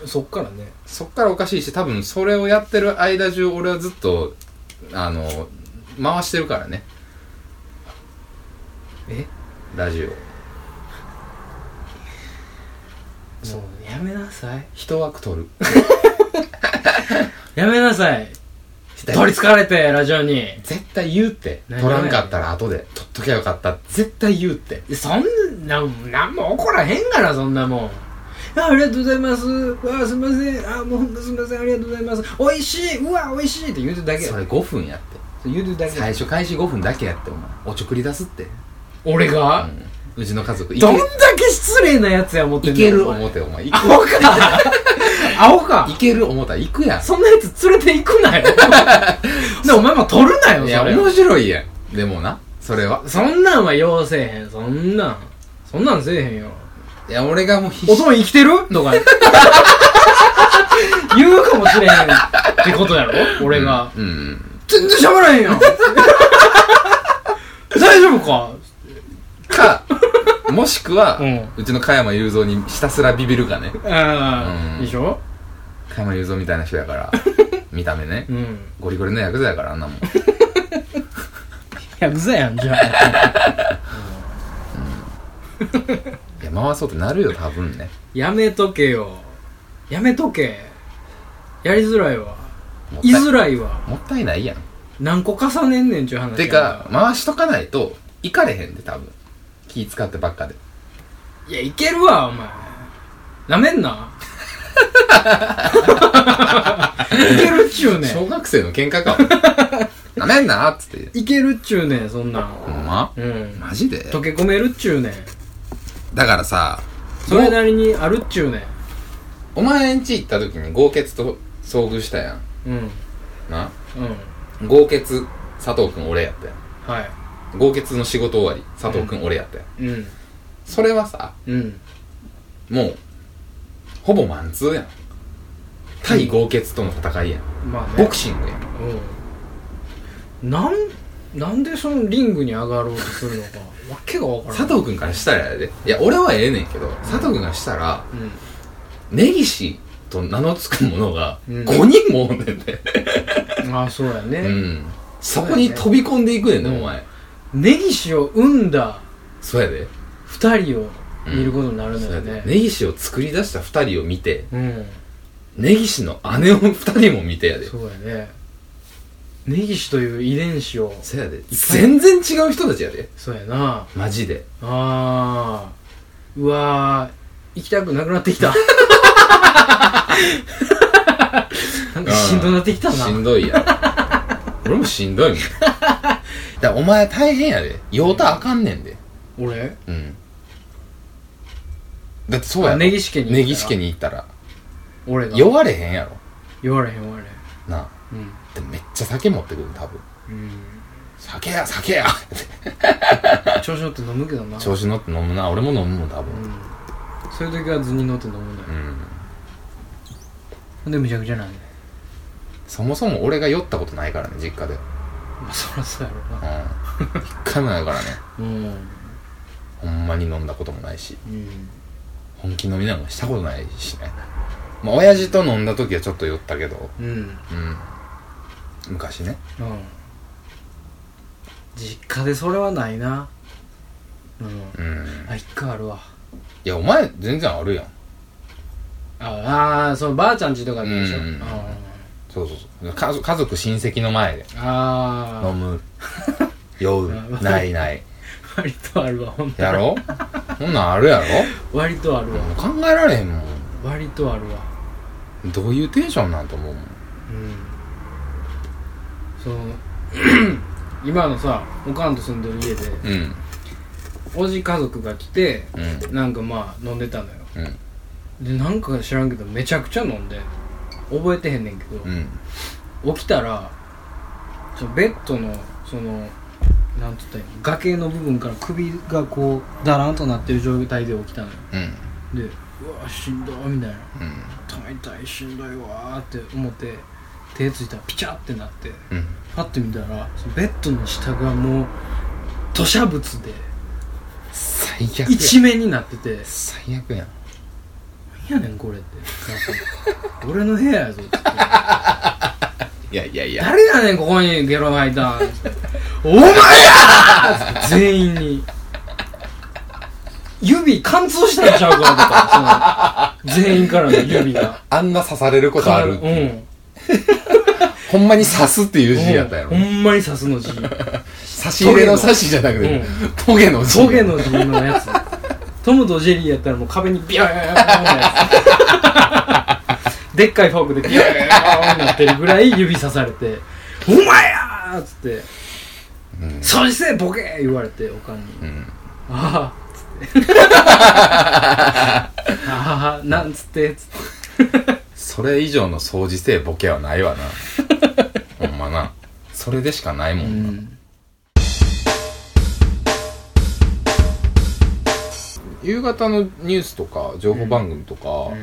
Speaker 1: そっからね
Speaker 2: そっからおかしいし多分それをやってる間中俺はずっとあの回してるからね
Speaker 1: え
Speaker 2: ラジオ
Speaker 1: もうやめなさい
Speaker 2: 一枠取る
Speaker 1: やめなさい取りつかれてラジオに
Speaker 2: 絶対言うって取
Speaker 1: 何
Speaker 2: らんかったら後で取っときゃよかった絶対言うって
Speaker 1: そんななんも怒らへんからそんなもんあありがとうございますあすいませんあもうほんますいませんありがとうございます美味しいうわ美味しいって言うてるだけや
Speaker 2: それ5分やって
Speaker 1: それ言うてるだけや
Speaker 2: 最初開始5分だけやってお前おちょくり出すって
Speaker 1: 俺が、
Speaker 2: うんうちの家族い
Speaker 1: どん
Speaker 2: け
Speaker 1: だけ失礼なやつや思って
Speaker 2: い
Speaker 1: ん
Speaker 2: ける
Speaker 1: お前
Speaker 2: 思てお前い
Speaker 1: アホか アホか
Speaker 2: いける思ったら行くやん
Speaker 1: そんなやつ連れて行くなよ でお前も取るなよ
Speaker 2: いや
Speaker 1: それ
Speaker 2: 面白いやんでもなそれは
Speaker 1: そんなんは要せえへんそんなんそんなんせえへんよ
Speaker 2: いや俺がもう必
Speaker 1: お
Speaker 2: 死
Speaker 1: とん生きてる とか言うかもしれへんってことやろ俺が、
Speaker 2: うんうん
Speaker 1: 全然喋らへんや ん大丈夫か
Speaker 2: かもしくは
Speaker 1: うん
Speaker 2: うちの加山雄三にひたすらビビるかね
Speaker 1: あ
Speaker 2: う
Speaker 1: あ
Speaker 2: ん
Speaker 1: でしょ
Speaker 2: 加山雄三みたいな人やから 見た目ね
Speaker 1: うん
Speaker 2: ゴリゴリのヤクザやからあんなもん
Speaker 1: ヤクザやんじゃ あ
Speaker 2: いや回そうってなるよ多分ね
Speaker 1: やめとけよやめとけやりづらいわ
Speaker 2: もっ
Speaker 1: 居
Speaker 2: たい
Speaker 1: づらいわ
Speaker 2: もったいないやん
Speaker 1: 何個重ねんねんちゅう話や
Speaker 2: てか回しとかないと行かれへんで多分気使ってばっかで
Speaker 1: いやいけるわお前なめんないけるっちゅうねん
Speaker 2: 小学生の喧 嘩かなめんなっつって
Speaker 1: いけるっちゅうねんそんなん
Speaker 2: ほんま
Speaker 1: うん
Speaker 2: マジで
Speaker 1: 溶け込めるっちゅうねん
Speaker 2: だからさ
Speaker 1: それなりにあるっちゅうね
Speaker 2: お前ん家行った時に豪傑と遭遇したやん
Speaker 1: んうん
Speaker 2: な
Speaker 1: うん
Speaker 2: 豪傑佐藤君俺やったや
Speaker 1: は
Speaker 2: ん豪傑の仕事終わり佐藤君俺やったやん、
Speaker 1: いうん
Speaker 2: それはさ
Speaker 1: うん
Speaker 2: もうほぼマンツーやん対豪傑との戦いやん、
Speaker 1: まあね
Speaker 2: ボクシングやん
Speaker 1: うんなんなんでそのリングに上がろうとするのかわけがわからない
Speaker 2: 佐藤君からしたらやでいや俺はええねんけど佐藤君からしたら根岸と名の付く者が
Speaker 1: うん
Speaker 2: 5人もおんねんで、
Speaker 1: うんああそうやね、
Speaker 2: うん、そこに飛び込んでいくねんで、
Speaker 1: うん
Speaker 2: お前
Speaker 1: 根岸を生んだ
Speaker 2: そうやで
Speaker 1: 二人を見ることになる
Speaker 2: そ
Speaker 1: の
Speaker 2: う
Speaker 1: よ
Speaker 2: やで
Speaker 1: ね、
Speaker 2: 根岸を作り出した2人を見て
Speaker 1: うん
Speaker 2: 根岸の姉を2人も見てやで
Speaker 1: そうやね根岸という遺伝子を
Speaker 2: そうやで全然違う人たちやで
Speaker 1: そうやな
Speaker 2: マジで
Speaker 1: あーうわー行きたくなくなってき たなんかしんどなってきたな
Speaker 2: しんどい やん俺もしんどいもんだからお前大変やで用たあかんねんで
Speaker 1: 俺
Speaker 2: うんだってそうや
Speaker 1: あ
Speaker 2: ろ
Speaker 1: 根岸家に行ったら
Speaker 2: 根岸家に行ったら
Speaker 1: 俺が
Speaker 2: 酔われへんやろ
Speaker 1: 言われへん言われへん
Speaker 2: なあ
Speaker 1: うん、
Speaker 2: でもめっちゃ酒持ってくる多分
Speaker 1: うん、
Speaker 2: 酒や酒や
Speaker 1: 調子乗って飲むけどな
Speaker 2: 調子乗って飲むな俺も飲むもん多
Speaker 1: う
Speaker 2: 分
Speaker 1: んそういう時は図に乗って飲むのよ
Speaker 2: う、ん
Speaker 1: ほんでむちゃくちゃなんで
Speaker 2: そもそも俺が酔ったことないからね実家でうん
Speaker 1: まあそらそうやろな
Speaker 2: 一回もないからね
Speaker 1: うん、うん、
Speaker 2: ほんまに飲んだこともないし本気飲みなんかしたことないしねまあ親父と飲んだ時はちょっと酔ったけど
Speaker 1: うんうん
Speaker 2: うん昔ね
Speaker 1: 実家でそれはないなうん
Speaker 2: うん
Speaker 1: あ一回あるわ
Speaker 2: いやお前全然あるやん
Speaker 1: ああーそのばあちゃん家とかでしょ、
Speaker 2: うんうんうん
Speaker 1: あ
Speaker 2: そうそうそう家族家族親戚の前で
Speaker 1: ーあ
Speaker 2: 飲 む酔う
Speaker 1: うん
Speaker 2: ないない
Speaker 1: ー割とあるわほんと
Speaker 2: やろそんなんあるやろ
Speaker 1: 割とあるわ
Speaker 2: もう考えられへんも
Speaker 1: 割とあるわ
Speaker 2: んどういうテンションなんと思うも
Speaker 1: う
Speaker 2: ん
Speaker 1: んその 今のさおかんと住んでる家で
Speaker 2: うん
Speaker 1: おじ家族が来て
Speaker 2: うん
Speaker 1: なんかまあ飲んでたのよ
Speaker 2: うん
Speaker 1: でなんか知らんけどめちゃくちゃ飲んで覚えてへんねんけど、
Speaker 2: うん
Speaker 1: 起きたらそのベッドのそのなんて言ったらいいの崖の部分から首がこうだらんとなってる状態で起きたのよ
Speaker 2: うん
Speaker 1: でうわしんどいみたいな
Speaker 2: うん
Speaker 1: 痛い痛いしんどいわーって思って手ついたらピチャってなって
Speaker 2: うん
Speaker 1: パッて見たらそのベッドの下がもう土砂物で
Speaker 2: 最悪や
Speaker 1: 一面になってて
Speaker 2: 最悪やん
Speaker 1: 「何やねんこれ」ってなんか俺の部屋やぞ」って
Speaker 2: いやいやいや
Speaker 1: 誰やねんここにゲロ吐いたんお前やー全員に指貫通したんちゃうかとかその全員からの指が
Speaker 2: あんな刺されることある
Speaker 1: うん
Speaker 2: ほんまに刺すっていう字やったやろ
Speaker 1: ほんまに刺すの字
Speaker 2: 差し入れの差しじゃなくて、
Speaker 1: うん
Speaker 2: トゲの字
Speaker 1: トゲの字のやつトムとジェリーやったらもう壁にビャーンってやつでっかいフォークでビャーンってなってるぐらい指刺されて「お前や!」っつって
Speaker 2: うん
Speaker 1: 「そしてボケ!」言われておかんに
Speaker 2: うん
Speaker 1: 「ああ」つ って「ああなんつって」つって
Speaker 2: それ以上の掃除性ボケはない わなほんまなそれでしかないもん、
Speaker 1: うん
Speaker 2: 夕方のニュースとか情報番組とか、も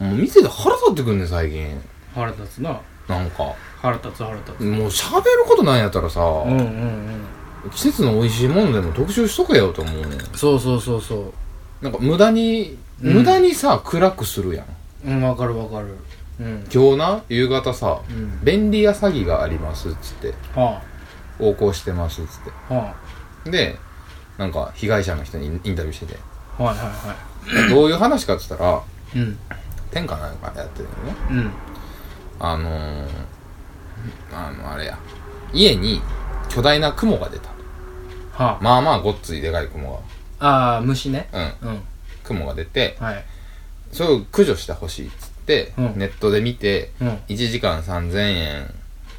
Speaker 2: う見てて腹立ってくんねん最近
Speaker 1: 腹立つな
Speaker 2: なんか
Speaker 1: 腹立つ腹立つ
Speaker 2: もう喋ることないんやったらさ、
Speaker 1: うんうんうん
Speaker 2: 季節の美味しいものでも特集しとけよと思うねん
Speaker 1: そうそうそうそ
Speaker 2: なんか無駄に、
Speaker 1: うん
Speaker 2: 無駄にさ暗くするやん
Speaker 1: ううんわかるわかるうん
Speaker 2: 今日な夕方さ、
Speaker 1: うん
Speaker 2: 便利屋詐欺がありますっつって
Speaker 1: は
Speaker 2: 横行してますっつっ
Speaker 1: あは
Speaker 2: てでなんか被害者の人にインインタビューしてて
Speaker 1: あはいはいはい
Speaker 2: どういう話かっつったら
Speaker 1: うん
Speaker 2: 天下なんかやってるよね
Speaker 1: うん
Speaker 2: あのー、あのあれや家に巨大な雲が出た
Speaker 1: は
Speaker 2: まあまあごっついでかい雲
Speaker 1: あ、ああ虫ね
Speaker 2: がうん
Speaker 1: うん
Speaker 2: 雲が出て
Speaker 1: はい
Speaker 2: それを駆除してほしいっつって、
Speaker 1: うん
Speaker 2: ネットで見て
Speaker 1: うん
Speaker 2: 1時間3000円、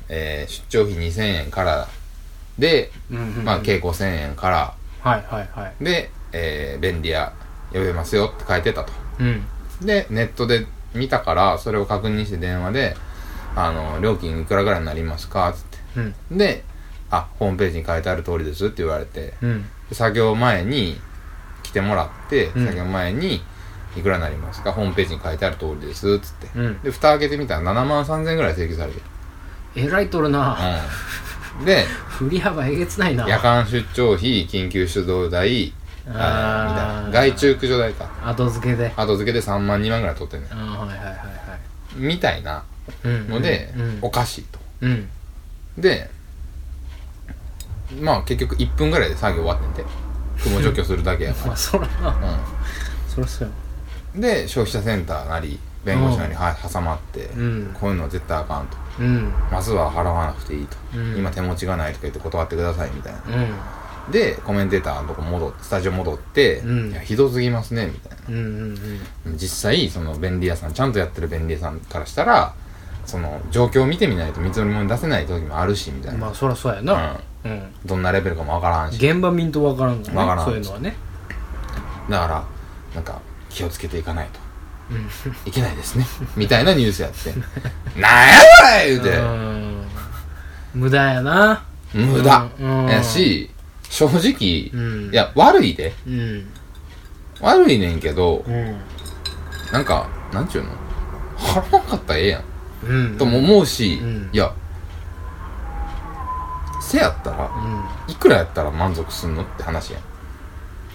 Speaker 2: えー出張費2000円からで、
Speaker 1: うん
Speaker 2: まあ、
Speaker 1: け
Speaker 2: 計5000円から
Speaker 1: はいはいはい
Speaker 2: で、えー便利屋呼べますよって書いてたと
Speaker 1: うん
Speaker 2: でネットで見たからそれを確認して電話で「あの料金いくらぐらいになりますか?」っつって
Speaker 1: うん
Speaker 2: で「あホームページに書いてある通りです」って言われて
Speaker 1: うん
Speaker 2: で作業前に来てもらって、
Speaker 1: うん
Speaker 2: 作業前に「いくらになりますかホームページに書いてある通りです」っつって、
Speaker 1: うん
Speaker 2: で蓋開けてみたら7万3000円ぐらい請求されてる
Speaker 1: えらいとるな
Speaker 2: うんで
Speaker 1: 振り幅えげつないな
Speaker 2: 夜間出張費緊急出動代あーみたいな外注駆除代か
Speaker 1: 後付けで
Speaker 2: 後付けで3万2万ぐらい取ってんねん
Speaker 1: ああはいはいはい
Speaker 2: みたいな
Speaker 1: はいうん
Speaker 2: ので、
Speaker 1: うん
Speaker 2: おかしいと
Speaker 1: うん
Speaker 2: でまあ結局1分ぐらいで作業終わってんて雲除去するだけやか
Speaker 1: まあそらな
Speaker 2: ら、
Speaker 1: そらそうや
Speaker 2: うん、で消費者センターなり弁護士なりは挟まって、
Speaker 1: うん
Speaker 2: こういうのは絶対あかんと
Speaker 1: うん
Speaker 2: まずは払わなくていいと、
Speaker 1: うん
Speaker 2: 今手持ちがないとか言って断ってくださいみたいな
Speaker 1: うん
Speaker 2: でコメンテーターのとこ戻ってスタジオ戻って、
Speaker 1: うん
Speaker 2: いやひどすぎますねみたいな
Speaker 1: うんうんうん
Speaker 2: 実際その便利屋さんちゃんとやってる便利屋さんからしたらその状況を見てみないと見積もりも出せない時もあるしみたいな、
Speaker 1: まあそらそうやな
Speaker 2: うん、
Speaker 1: うん
Speaker 2: どんなレベルかもわからんしだ
Speaker 1: 現場見んとわからん
Speaker 2: わ
Speaker 1: か
Speaker 2: からら
Speaker 1: ね
Speaker 2: ん
Speaker 1: そういうのはね
Speaker 2: からなんか気をつけていかないと
Speaker 1: うん
Speaker 2: いけないですねみたいなニュース やって「なんやこれ!」言う
Speaker 1: う
Speaker 2: て
Speaker 1: ん無駄やな
Speaker 2: 無駄
Speaker 1: うんうん
Speaker 2: やし正直、
Speaker 1: うん
Speaker 2: いや悪いで
Speaker 1: うん
Speaker 2: 悪いねんけど
Speaker 1: うん
Speaker 2: なんかなんちゅうの払わなかったらええやん
Speaker 1: うん
Speaker 2: とも思うし、
Speaker 1: うん
Speaker 2: いやせやったら
Speaker 1: う
Speaker 2: いくらやったら満足すんのって話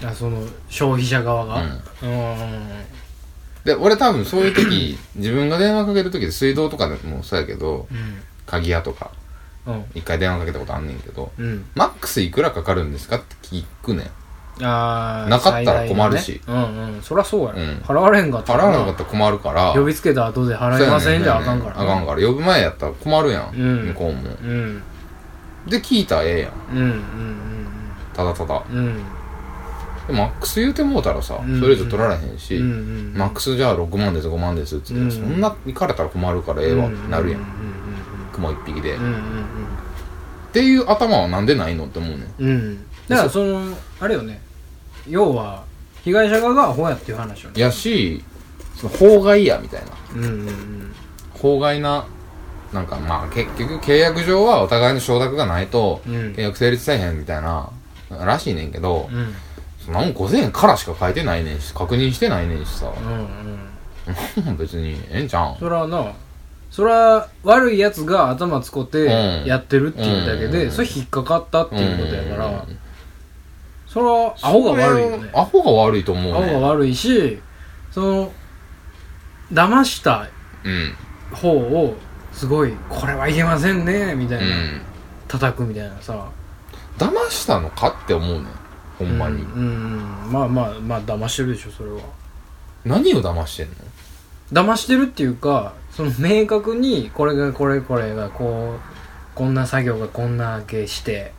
Speaker 2: やん
Speaker 1: んあその消費者側が
Speaker 2: うん
Speaker 1: うん
Speaker 2: で俺多分そうい う時自分が電話かける時で水道とかでもそうやけど
Speaker 1: うん
Speaker 2: 鍵屋とか
Speaker 1: うん
Speaker 2: 一回電話かけたことあんねんけど
Speaker 1: うん
Speaker 2: マックスいくらかかるんですかって聞くねん
Speaker 1: あー
Speaker 2: なかったら困るし
Speaker 1: 最大のねうんうんそりゃそうやろ
Speaker 2: うん
Speaker 1: 払われんかった
Speaker 2: 払わなかったら困るから
Speaker 1: 呼びつけた後で払いませんじゃあかんから
Speaker 2: あかんから呼ぶ前やったら困るやん、
Speaker 1: うん
Speaker 2: 向こうも
Speaker 1: うん
Speaker 2: で聞いたらええやん
Speaker 1: うんうん
Speaker 2: ただただ
Speaker 1: うんうん
Speaker 2: でマックス言うてもうたらさ、
Speaker 1: うん
Speaker 2: それ以上取られへんし、
Speaker 1: うんうん
Speaker 2: マックスじゃあ6万です5万ですっつって、
Speaker 1: うん
Speaker 2: そんな行かれたら困るからええわってなるやん、
Speaker 1: うん
Speaker 2: 雲一匹で、
Speaker 1: うんうん
Speaker 2: っ
Speaker 1: うん
Speaker 2: ていう頭はなんでないのって思うねん
Speaker 1: うんうんだからそのあれよね要は被害者側がアホやっていう話よね
Speaker 2: やしその法外やみたいな
Speaker 1: うんうんうん
Speaker 2: 法外ななんかまあ結局契約上はお互いの承諾がないと
Speaker 1: うん
Speaker 2: 契約成立せえへんみたいならしいねんけど
Speaker 1: う、ん
Speaker 2: なんも5000円からしか書いてないねんし確認してないねんしさ
Speaker 1: う、んうん
Speaker 2: 別にええんちゃうん
Speaker 1: そらなそら悪いやつが頭使って
Speaker 2: うん
Speaker 1: やってるっていうだけ
Speaker 2: うんうん
Speaker 1: で、
Speaker 2: うん
Speaker 1: それ引っかかったっていうことやから、
Speaker 2: うん
Speaker 1: それはアホが悪いよね
Speaker 2: それアホが悪いと思うね
Speaker 1: アホが悪いしその騙した
Speaker 2: うん
Speaker 1: 方をすごいこれはいけませんねみたいうな、
Speaker 2: ん
Speaker 1: 叩くみたいなさ
Speaker 2: 騙したのかって思うねほんまに、
Speaker 1: うん、うんまあまあまあ騙してるでしょそれは
Speaker 2: 何を騙してんの
Speaker 1: 騙してるっていうかその明確にこれがこれこれがこうこんな作業がこんなけして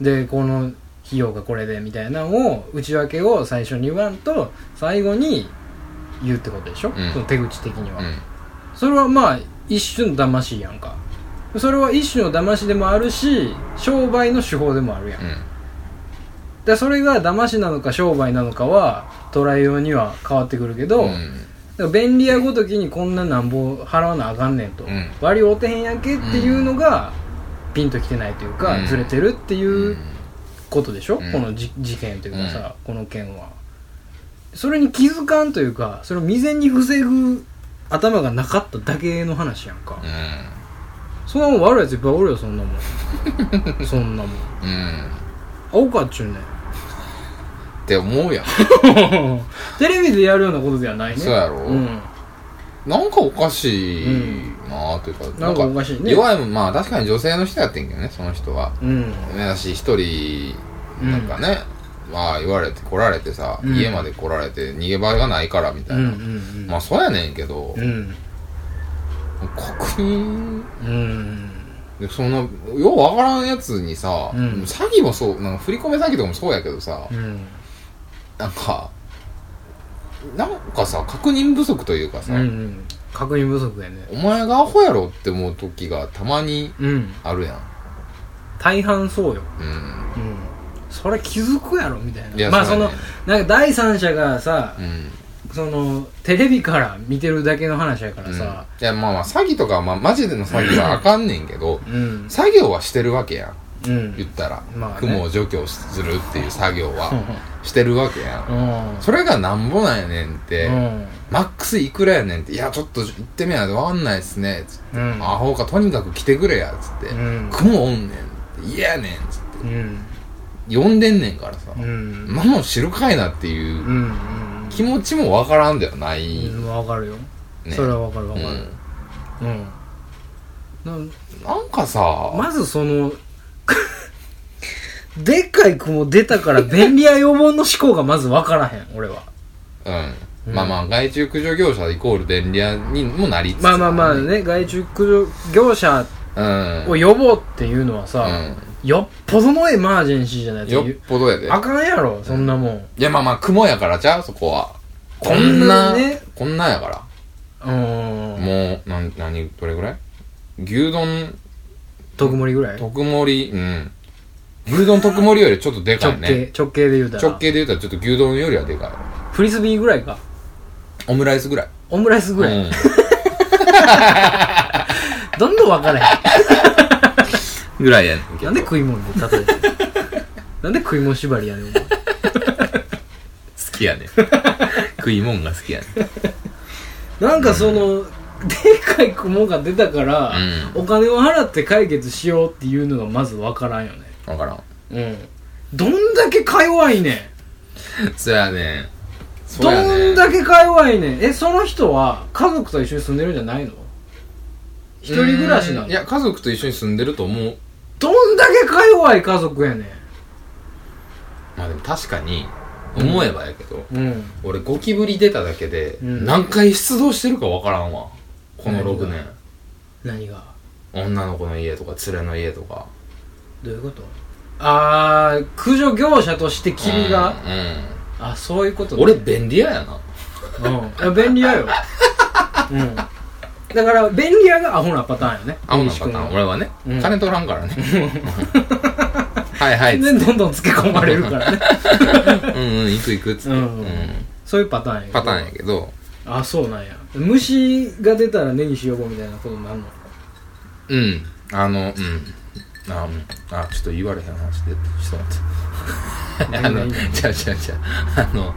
Speaker 1: でこの費用がこれでみたいなのを内訳を最初に言わんと最後に言うってことでしょ、
Speaker 2: うん
Speaker 1: その手口的には、
Speaker 2: うん
Speaker 1: それはまあ一種の騙しやんかそれは一種の騙しでもあるし商売の手法でもあるやん
Speaker 2: う
Speaker 1: でそれが騙しなのか商売なのかは捉えようには変わってくるけど、
Speaker 2: んうん
Speaker 1: だから便利屋ごときにこんななんぼ払わなあかんねんと、
Speaker 2: うん
Speaker 1: 割り合うてへんやんけっていうのがピンときてないというか、
Speaker 2: うん
Speaker 1: ずれてるっていううんことでしょ、
Speaker 2: うん
Speaker 1: このじ事件というかさ、この件はそれに気づかんというかそれを未然に防ぐ頭がなかっただけの話やんか、そんなもん悪いやついっぱいおるよそんなもん そんなもん
Speaker 2: うん
Speaker 1: 青かっちゅうねん
Speaker 2: って思 うやん
Speaker 1: テレビでやるようなことではないね
Speaker 2: そうやろ
Speaker 1: うん
Speaker 2: なんかおかしいなあというか、
Speaker 1: なんかおかしいね
Speaker 2: 弱いもんまあ確かに女性の人やってんけどねその人は
Speaker 1: うん
Speaker 2: だし一人なんかね、まあ言われて来られてさ、
Speaker 1: うん
Speaker 2: 家まで来られて逃げ場がないからみ
Speaker 1: う
Speaker 2: た
Speaker 1: ん
Speaker 2: いうな、
Speaker 1: んうん
Speaker 2: まあそうやねんけど、
Speaker 1: うん
Speaker 2: 確認
Speaker 1: うん
Speaker 2: でそんなようわからんやつにさ、
Speaker 1: うん
Speaker 2: 詐欺もそうなんか振り込め詐欺とかもそうやけどさ、
Speaker 1: うん
Speaker 2: なんかなんかさ確認不足というか
Speaker 1: う
Speaker 2: さ、
Speaker 1: んうん確認不足やね
Speaker 2: お前がアホやろって思う時がたまに
Speaker 1: うん
Speaker 2: あるやん、
Speaker 1: 大半そうよ
Speaker 2: うん
Speaker 1: うんそれ気づくやろみたいない
Speaker 2: や
Speaker 1: まあ
Speaker 2: そ
Speaker 1: そう
Speaker 2: や
Speaker 1: の
Speaker 2: ね
Speaker 1: なんか第三者がさ
Speaker 2: うん
Speaker 1: そのテレビから見てるだけの話やからさ
Speaker 2: うんいやまあまあ詐欺とかは、まあ、マジでの詐欺はあかんねんけど
Speaker 1: うん
Speaker 2: 作業はしてるわけや
Speaker 1: う
Speaker 2: ん
Speaker 1: ん
Speaker 2: 言ったら、
Speaker 1: まあね
Speaker 2: 雲を除去するっていう作業
Speaker 1: うん
Speaker 2: はしてるわけやん、
Speaker 1: うん
Speaker 2: それがなんぼなんやねんって、
Speaker 1: うん
Speaker 2: マックスいくらやねんっていやちょっと行ってみないとわかんないっすねつって、
Speaker 1: うん
Speaker 2: アホかとにかく来てくれやつって、
Speaker 1: うん
Speaker 2: 雲おんねんって嫌やねんつっ
Speaker 1: う
Speaker 2: て
Speaker 1: ん
Speaker 2: 呼んでんねんからさ、
Speaker 1: うんうん
Speaker 2: 何も知るかいなって
Speaker 1: う
Speaker 2: いうん気持ちもわからんではない、
Speaker 1: うんわかるよ
Speaker 2: ね
Speaker 1: それはわかる
Speaker 2: う
Speaker 1: わかる
Speaker 2: ん
Speaker 1: うんな
Speaker 2: なんかさ、
Speaker 1: まずその でっかい雲出たから便利屋予防の思考がまず分からへん俺は
Speaker 2: うん、まあまあ外注駆除業者イコール電理屋にもなりつつ
Speaker 1: まあまあまあね外注駆除業者
Speaker 2: うん
Speaker 1: を呼ぼうっていうのはさ、
Speaker 2: う
Speaker 1: よっぽどのエマージェンシーじゃないと
Speaker 2: よっぽどやで
Speaker 1: あかんやろそんなもん
Speaker 2: いやまあまあ雲やからちゃうそこはこ
Speaker 1: こ
Speaker 2: ん
Speaker 1: ん
Speaker 2: な
Speaker 1: なね
Speaker 2: こんなんやから
Speaker 1: うん
Speaker 2: もうなん何どれぐらい牛丼
Speaker 1: 特盛りぐらい直
Speaker 2: 特盛りうん牛丼特盛りよりちょっとでかいね
Speaker 1: 径直径で言うたら
Speaker 2: 直径で言うたらちょっと牛丼よりはでかい
Speaker 1: フリスビーぐらいか
Speaker 2: オムライスぐらい
Speaker 1: オムライスぐらい、
Speaker 2: うん
Speaker 1: どんどん分からへん
Speaker 2: ぐらいやねんけ
Speaker 1: な
Speaker 2: ど
Speaker 1: んで食い物で例えてんの なんで食い物縛りやねんお前
Speaker 2: 好きやねん 食いもんが好きやねん
Speaker 1: なんかその、でっかい雲が出たから、お金を払って解決しようっていうのがまず分からんよね
Speaker 2: 分からん
Speaker 1: うんどんだけか弱いねん
Speaker 2: そやねそ
Speaker 1: ど
Speaker 2: やね
Speaker 1: んだけか弱いねんえその人は家族と一緒に住んでるんじゃないの一人暮らしな
Speaker 2: う
Speaker 1: の
Speaker 2: んいや家族と一緒に住んでると思う
Speaker 1: どんだけか弱い家族やね
Speaker 2: まあでも確かに思えばやけど、
Speaker 1: んうん
Speaker 2: 俺ゴキブリ出ただけで
Speaker 1: うん
Speaker 2: 何回出動してるかわからんわこの6年
Speaker 1: 何が
Speaker 2: 女の子の家とか連れの家とか
Speaker 1: どういうことあー駆除業者として君が、
Speaker 2: うん、
Speaker 1: あそういうこと
Speaker 2: うん、
Speaker 1: ね
Speaker 2: 俺便利屋やな
Speaker 1: うん、いや便利屋よ、うん、だから便利屋がアホなパターンよね
Speaker 2: 青のパターン俺はね、
Speaker 1: うん
Speaker 2: 金取らんか らねはいはい
Speaker 1: 全然どんどんつけ込まれる からね
Speaker 2: うんうん行く行くっつって、
Speaker 1: うんそういうパターンや
Speaker 2: パターンやけど
Speaker 1: あそうなんや虫が出たら根にしようみたいなことになるの
Speaker 2: うんあのうんあうんあちょっと言われへん話でちょっと待って あの
Speaker 1: 何何
Speaker 2: じゃあじゃあじゃああの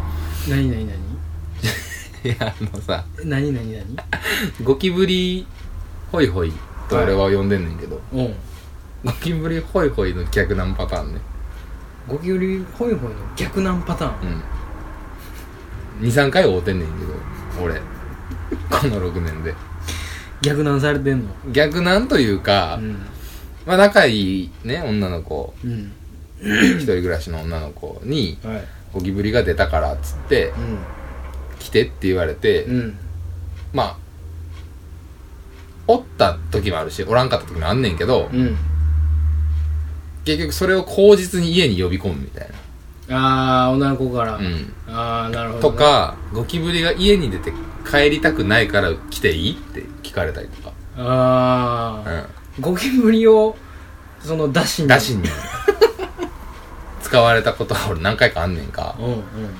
Speaker 1: 何何何
Speaker 2: いやあのさ
Speaker 1: 何何何
Speaker 2: ゴキブリホイホイと俺は呼んでんねんけど、
Speaker 1: うん
Speaker 2: ゴキブリホイホイの逆なんパターンね
Speaker 1: ゴキブリホイホイの逆難パターン
Speaker 2: うん23回会うてんねんけど俺 この6年で
Speaker 1: 逆難されてんの
Speaker 2: 逆なんというか、
Speaker 1: うん
Speaker 2: まあ仲いいね女の子
Speaker 1: うん
Speaker 2: 一人暮らしの女の子に
Speaker 1: はい
Speaker 2: ゴキブリが出たからっつって来てって言われて、
Speaker 1: うんうん
Speaker 2: まあおった時もあるしおらんかった時もあんねんけど、
Speaker 1: うん
Speaker 2: 結局それを口実に家に呼び込むみたい
Speaker 1: ああ女の子から、
Speaker 2: な、うん、
Speaker 1: ああなるほどな
Speaker 2: とかゴキブリが家に出て帰りたくないから来ていいって聞かれたりとか、
Speaker 1: あ
Speaker 2: う
Speaker 1: あ、
Speaker 2: ん、
Speaker 1: ゴキブリをその出しに
Speaker 2: だし に使われたことは俺何回かあんねんか
Speaker 1: うん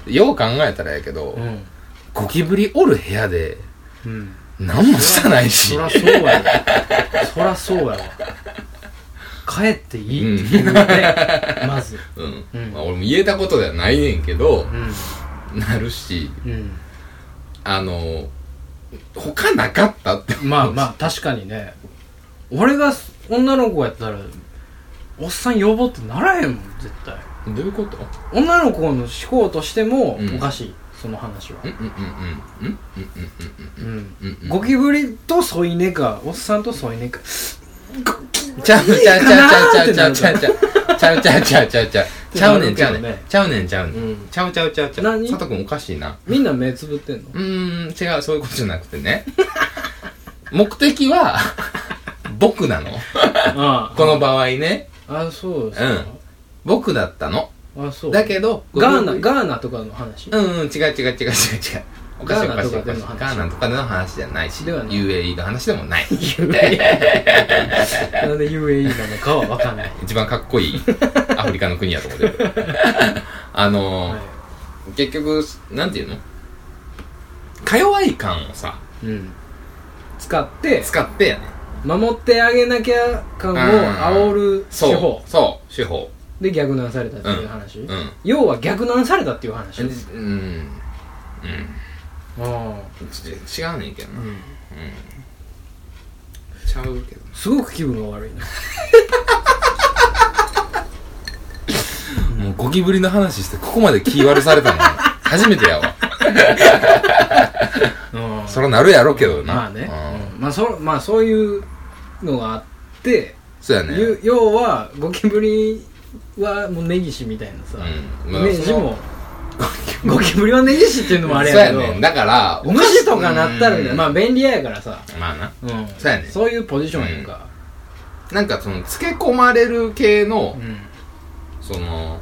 Speaker 1: うん
Speaker 2: よう考えたらやけど、
Speaker 1: うん
Speaker 2: ゴキブリおる部屋で
Speaker 1: うん
Speaker 2: 何もしたないし
Speaker 1: そらそうやわそらそうやわ帰っていいって言うね、まず
Speaker 2: うん、
Speaker 1: うん
Speaker 2: まあ、俺も言えたことではないねんけど
Speaker 1: う、ん
Speaker 2: なるし
Speaker 1: うん
Speaker 2: あの他なかったって思う
Speaker 1: まあまあ確かにね俺が女の子やったらおっさん呼ぼうってならへんもん絶対
Speaker 2: どういうこと
Speaker 1: 女の子の思考としても
Speaker 2: うん
Speaker 1: おかしい、その話は
Speaker 2: うんうんうんうんうん
Speaker 1: うん
Speaker 2: うんうん
Speaker 1: ゴキブリと添い寝かおっさんと添い寝か
Speaker 2: ちゃうちゃうちゃうちゃうちゃうちゃうちゃうちゃうちゃうちゃうちゃうちゃうねんちゃうねんちゃうねんちゃうねんちゃうちゃうちゃうちゃう
Speaker 1: 何
Speaker 2: 佐藤君おかしいな
Speaker 1: みんな目つぶってんの
Speaker 2: うーん違うそういうことじゃなくてね目的は僕なの
Speaker 1: あ
Speaker 2: この場合ね
Speaker 1: ああそうです
Speaker 2: 僕だったの
Speaker 1: かあそう
Speaker 2: だけど
Speaker 1: ガー
Speaker 2: ゴ
Speaker 1: ナ
Speaker 2: キブリ
Speaker 1: ガーナとかの話
Speaker 2: うんうん違う違う違う違う違うおかしいお
Speaker 1: ガーナ
Speaker 2: かし
Speaker 1: と
Speaker 2: いお
Speaker 1: か
Speaker 2: か
Speaker 1: で
Speaker 2: しい
Speaker 1: の話
Speaker 2: ガーナとかでの話じゃないし
Speaker 1: ではない
Speaker 2: UAE の話でもない
Speaker 1: なんで UAE なのかは分かんない
Speaker 2: 一番かっこいいアフリカの国やと思ってるあのー
Speaker 1: は
Speaker 2: 結局なんていうのか弱い感をさ
Speaker 1: いうん使って
Speaker 2: 使ってやね
Speaker 1: 守ってあげなきゃ感を煽る手
Speaker 2: そ
Speaker 1: 法
Speaker 2: うそう手法
Speaker 1: で逆難されたっていう話、
Speaker 2: うん
Speaker 1: 要は逆難されたっていう話、うん
Speaker 2: うんうんち違うねんけどな
Speaker 1: うん
Speaker 2: ちゃうけど
Speaker 1: すごく気分が悪いな
Speaker 2: もうゴキブリの話してここまで気悪されたの 初めてやわ
Speaker 1: うん
Speaker 2: そらなるやろうけどな
Speaker 1: まあね、
Speaker 2: うん
Speaker 1: うんまあ、そまあそういうのがあって、
Speaker 2: そうやね
Speaker 1: ゆ要はゴキブリはもう根岸みたいなさ、
Speaker 2: うん
Speaker 1: イメージもゴキブリは根岸っていうのもあれ
Speaker 2: そう
Speaker 1: や
Speaker 2: や
Speaker 1: けど
Speaker 2: ねんだから
Speaker 1: 虫とかなったらね
Speaker 2: うん
Speaker 1: まあ便利屋やからさ、
Speaker 2: まあな
Speaker 1: うん、
Speaker 2: そうやね
Speaker 1: そういうポジションやんか、
Speaker 2: なんかそのつけ込まれる系の
Speaker 1: うん
Speaker 2: その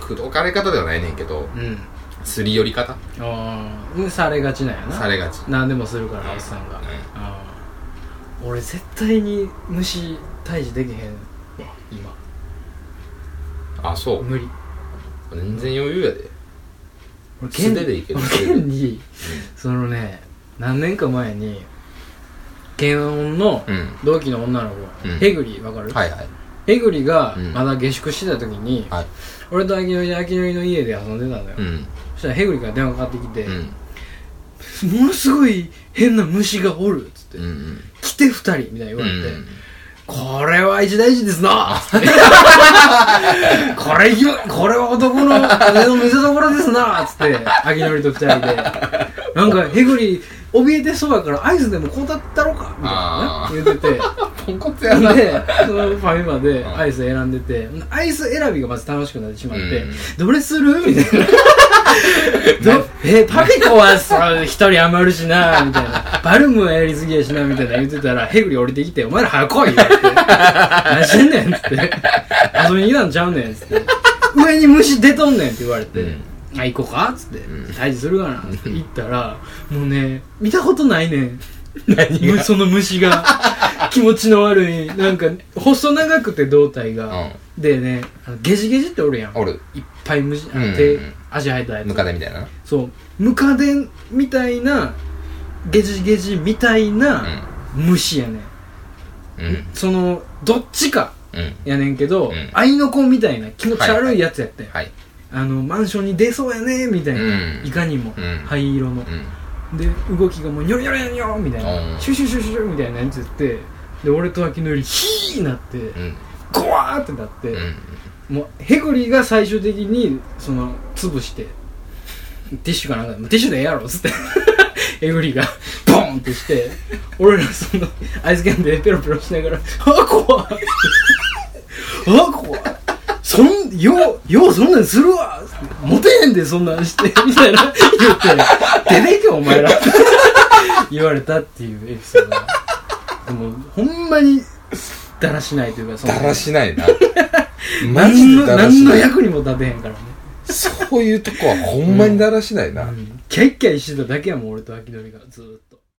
Speaker 2: 口説かれ方ではないねんけど
Speaker 1: うん
Speaker 2: すり寄り方
Speaker 1: ああされがちなんやな
Speaker 2: されがち
Speaker 1: 何でもするから
Speaker 2: う
Speaker 1: お
Speaker 2: ん
Speaker 1: っさんが、
Speaker 2: うん
Speaker 1: あー俺絶対に虫退治できへんわ今
Speaker 2: あそう
Speaker 1: 無理
Speaker 2: 全然余裕やで
Speaker 1: 俺
Speaker 2: 素手でいける
Speaker 1: 俺
Speaker 2: 素手で
Speaker 1: 剣にそのね何年か前に検温の
Speaker 2: うん
Speaker 1: 同期の女の子、
Speaker 2: うん
Speaker 1: ヘグリわかる、
Speaker 2: はいはい
Speaker 1: ヘグリが
Speaker 2: うん
Speaker 1: まだ下宿してた時に、
Speaker 2: はい
Speaker 1: 俺と秋のりで秋のりの家で遊んでたのよ、
Speaker 2: うん
Speaker 1: そしたらヘグリから電話かかってきて、
Speaker 2: うん
Speaker 1: ものすごい変な虫がおるっつって、
Speaker 2: うんうん
Speaker 1: 来て二人みたいに言
Speaker 2: う
Speaker 1: われて、
Speaker 2: ん
Speaker 1: これは一大事ですな これいきま、これは男の腕の見せ所ですなつって、秋のりと二人で。なんか、ヘグリ、怯えてそうやから、アイスでもこうだったろかみ
Speaker 2: あ
Speaker 1: たいな、言ってて。
Speaker 2: ポンコツやな
Speaker 1: で、そのファミマで
Speaker 2: ん
Speaker 1: アイス選んでて、アイス選びがまず楽しくなってしまって
Speaker 2: うん、
Speaker 1: どれするみたいな。 どえパピコはその一人余るしなみたいなバルムはやりすぎやしなみたいな言ってたらヘグリ降りてきて「お前ら早来いよ」って「何してんねん」っつって「遊びに来たんちゃうねん」っつって「上に虫出とんねん」って言われて
Speaker 2: うん
Speaker 1: 「あ行こうか」っつって「退治するかな」って言ったらもうね見たことないねん
Speaker 2: 何
Speaker 1: むその虫 が気持ちの悪いなんか細長くて胴体が、でねあのゲジゲジっておるやん
Speaker 2: おる
Speaker 1: いっぱい虫あの
Speaker 2: うん
Speaker 1: 手、足生えたやつ
Speaker 2: ムカデみたいな
Speaker 1: そうムカデみたいなゲジゲジみたいな虫やねん、
Speaker 2: うんうん
Speaker 1: そのどっちか
Speaker 2: うん
Speaker 1: やねんけど、
Speaker 2: うん
Speaker 1: 愛の子みたいな気持ち悪いやつやったよ、
Speaker 2: はい
Speaker 1: あのマンションに出そうやねみた
Speaker 2: う
Speaker 1: いな、
Speaker 2: ん
Speaker 1: いかにも、
Speaker 2: うん
Speaker 1: 灰色の、
Speaker 2: うん
Speaker 1: で動きがもうニョロニョロニョロみたい
Speaker 2: うん
Speaker 1: なシュシュシュシュシュみたいなやつやってで俺と秋のよりヒーなって
Speaker 2: うん
Speaker 1: ゴワーってなって、
Speaker 2: うん
Speaker 1: もうヘゴリが最終的にその潰してティッシュかなんかもうティッシュでええやろっつって ヘゴリがボーンってして俺らそのアイスキャンでペロペロしながら「あ怖っ!」あ怖っそんようようそんなんするわっつってモテへんでそんなんしてみたいな言って「出ていけお前ら」 って言われたっていうエピソードがでもほんまにだらしないというかその
Speaker 2: だらしない なマジ
Speaker 1: 何
Speaker 2: で
Speaker 1: の
Speaker 2: だら
Speaker 1: 何
Speaker 2: し
Speaker 1: の
Speaker 2: ない
Speaker 1: 役にも立てへんからね、
Speaker 2: そういうとこはほんまにだらしないな、
Speaker 1: うん、キャッキャイしてただけやもん俺と秋鳥がずーっと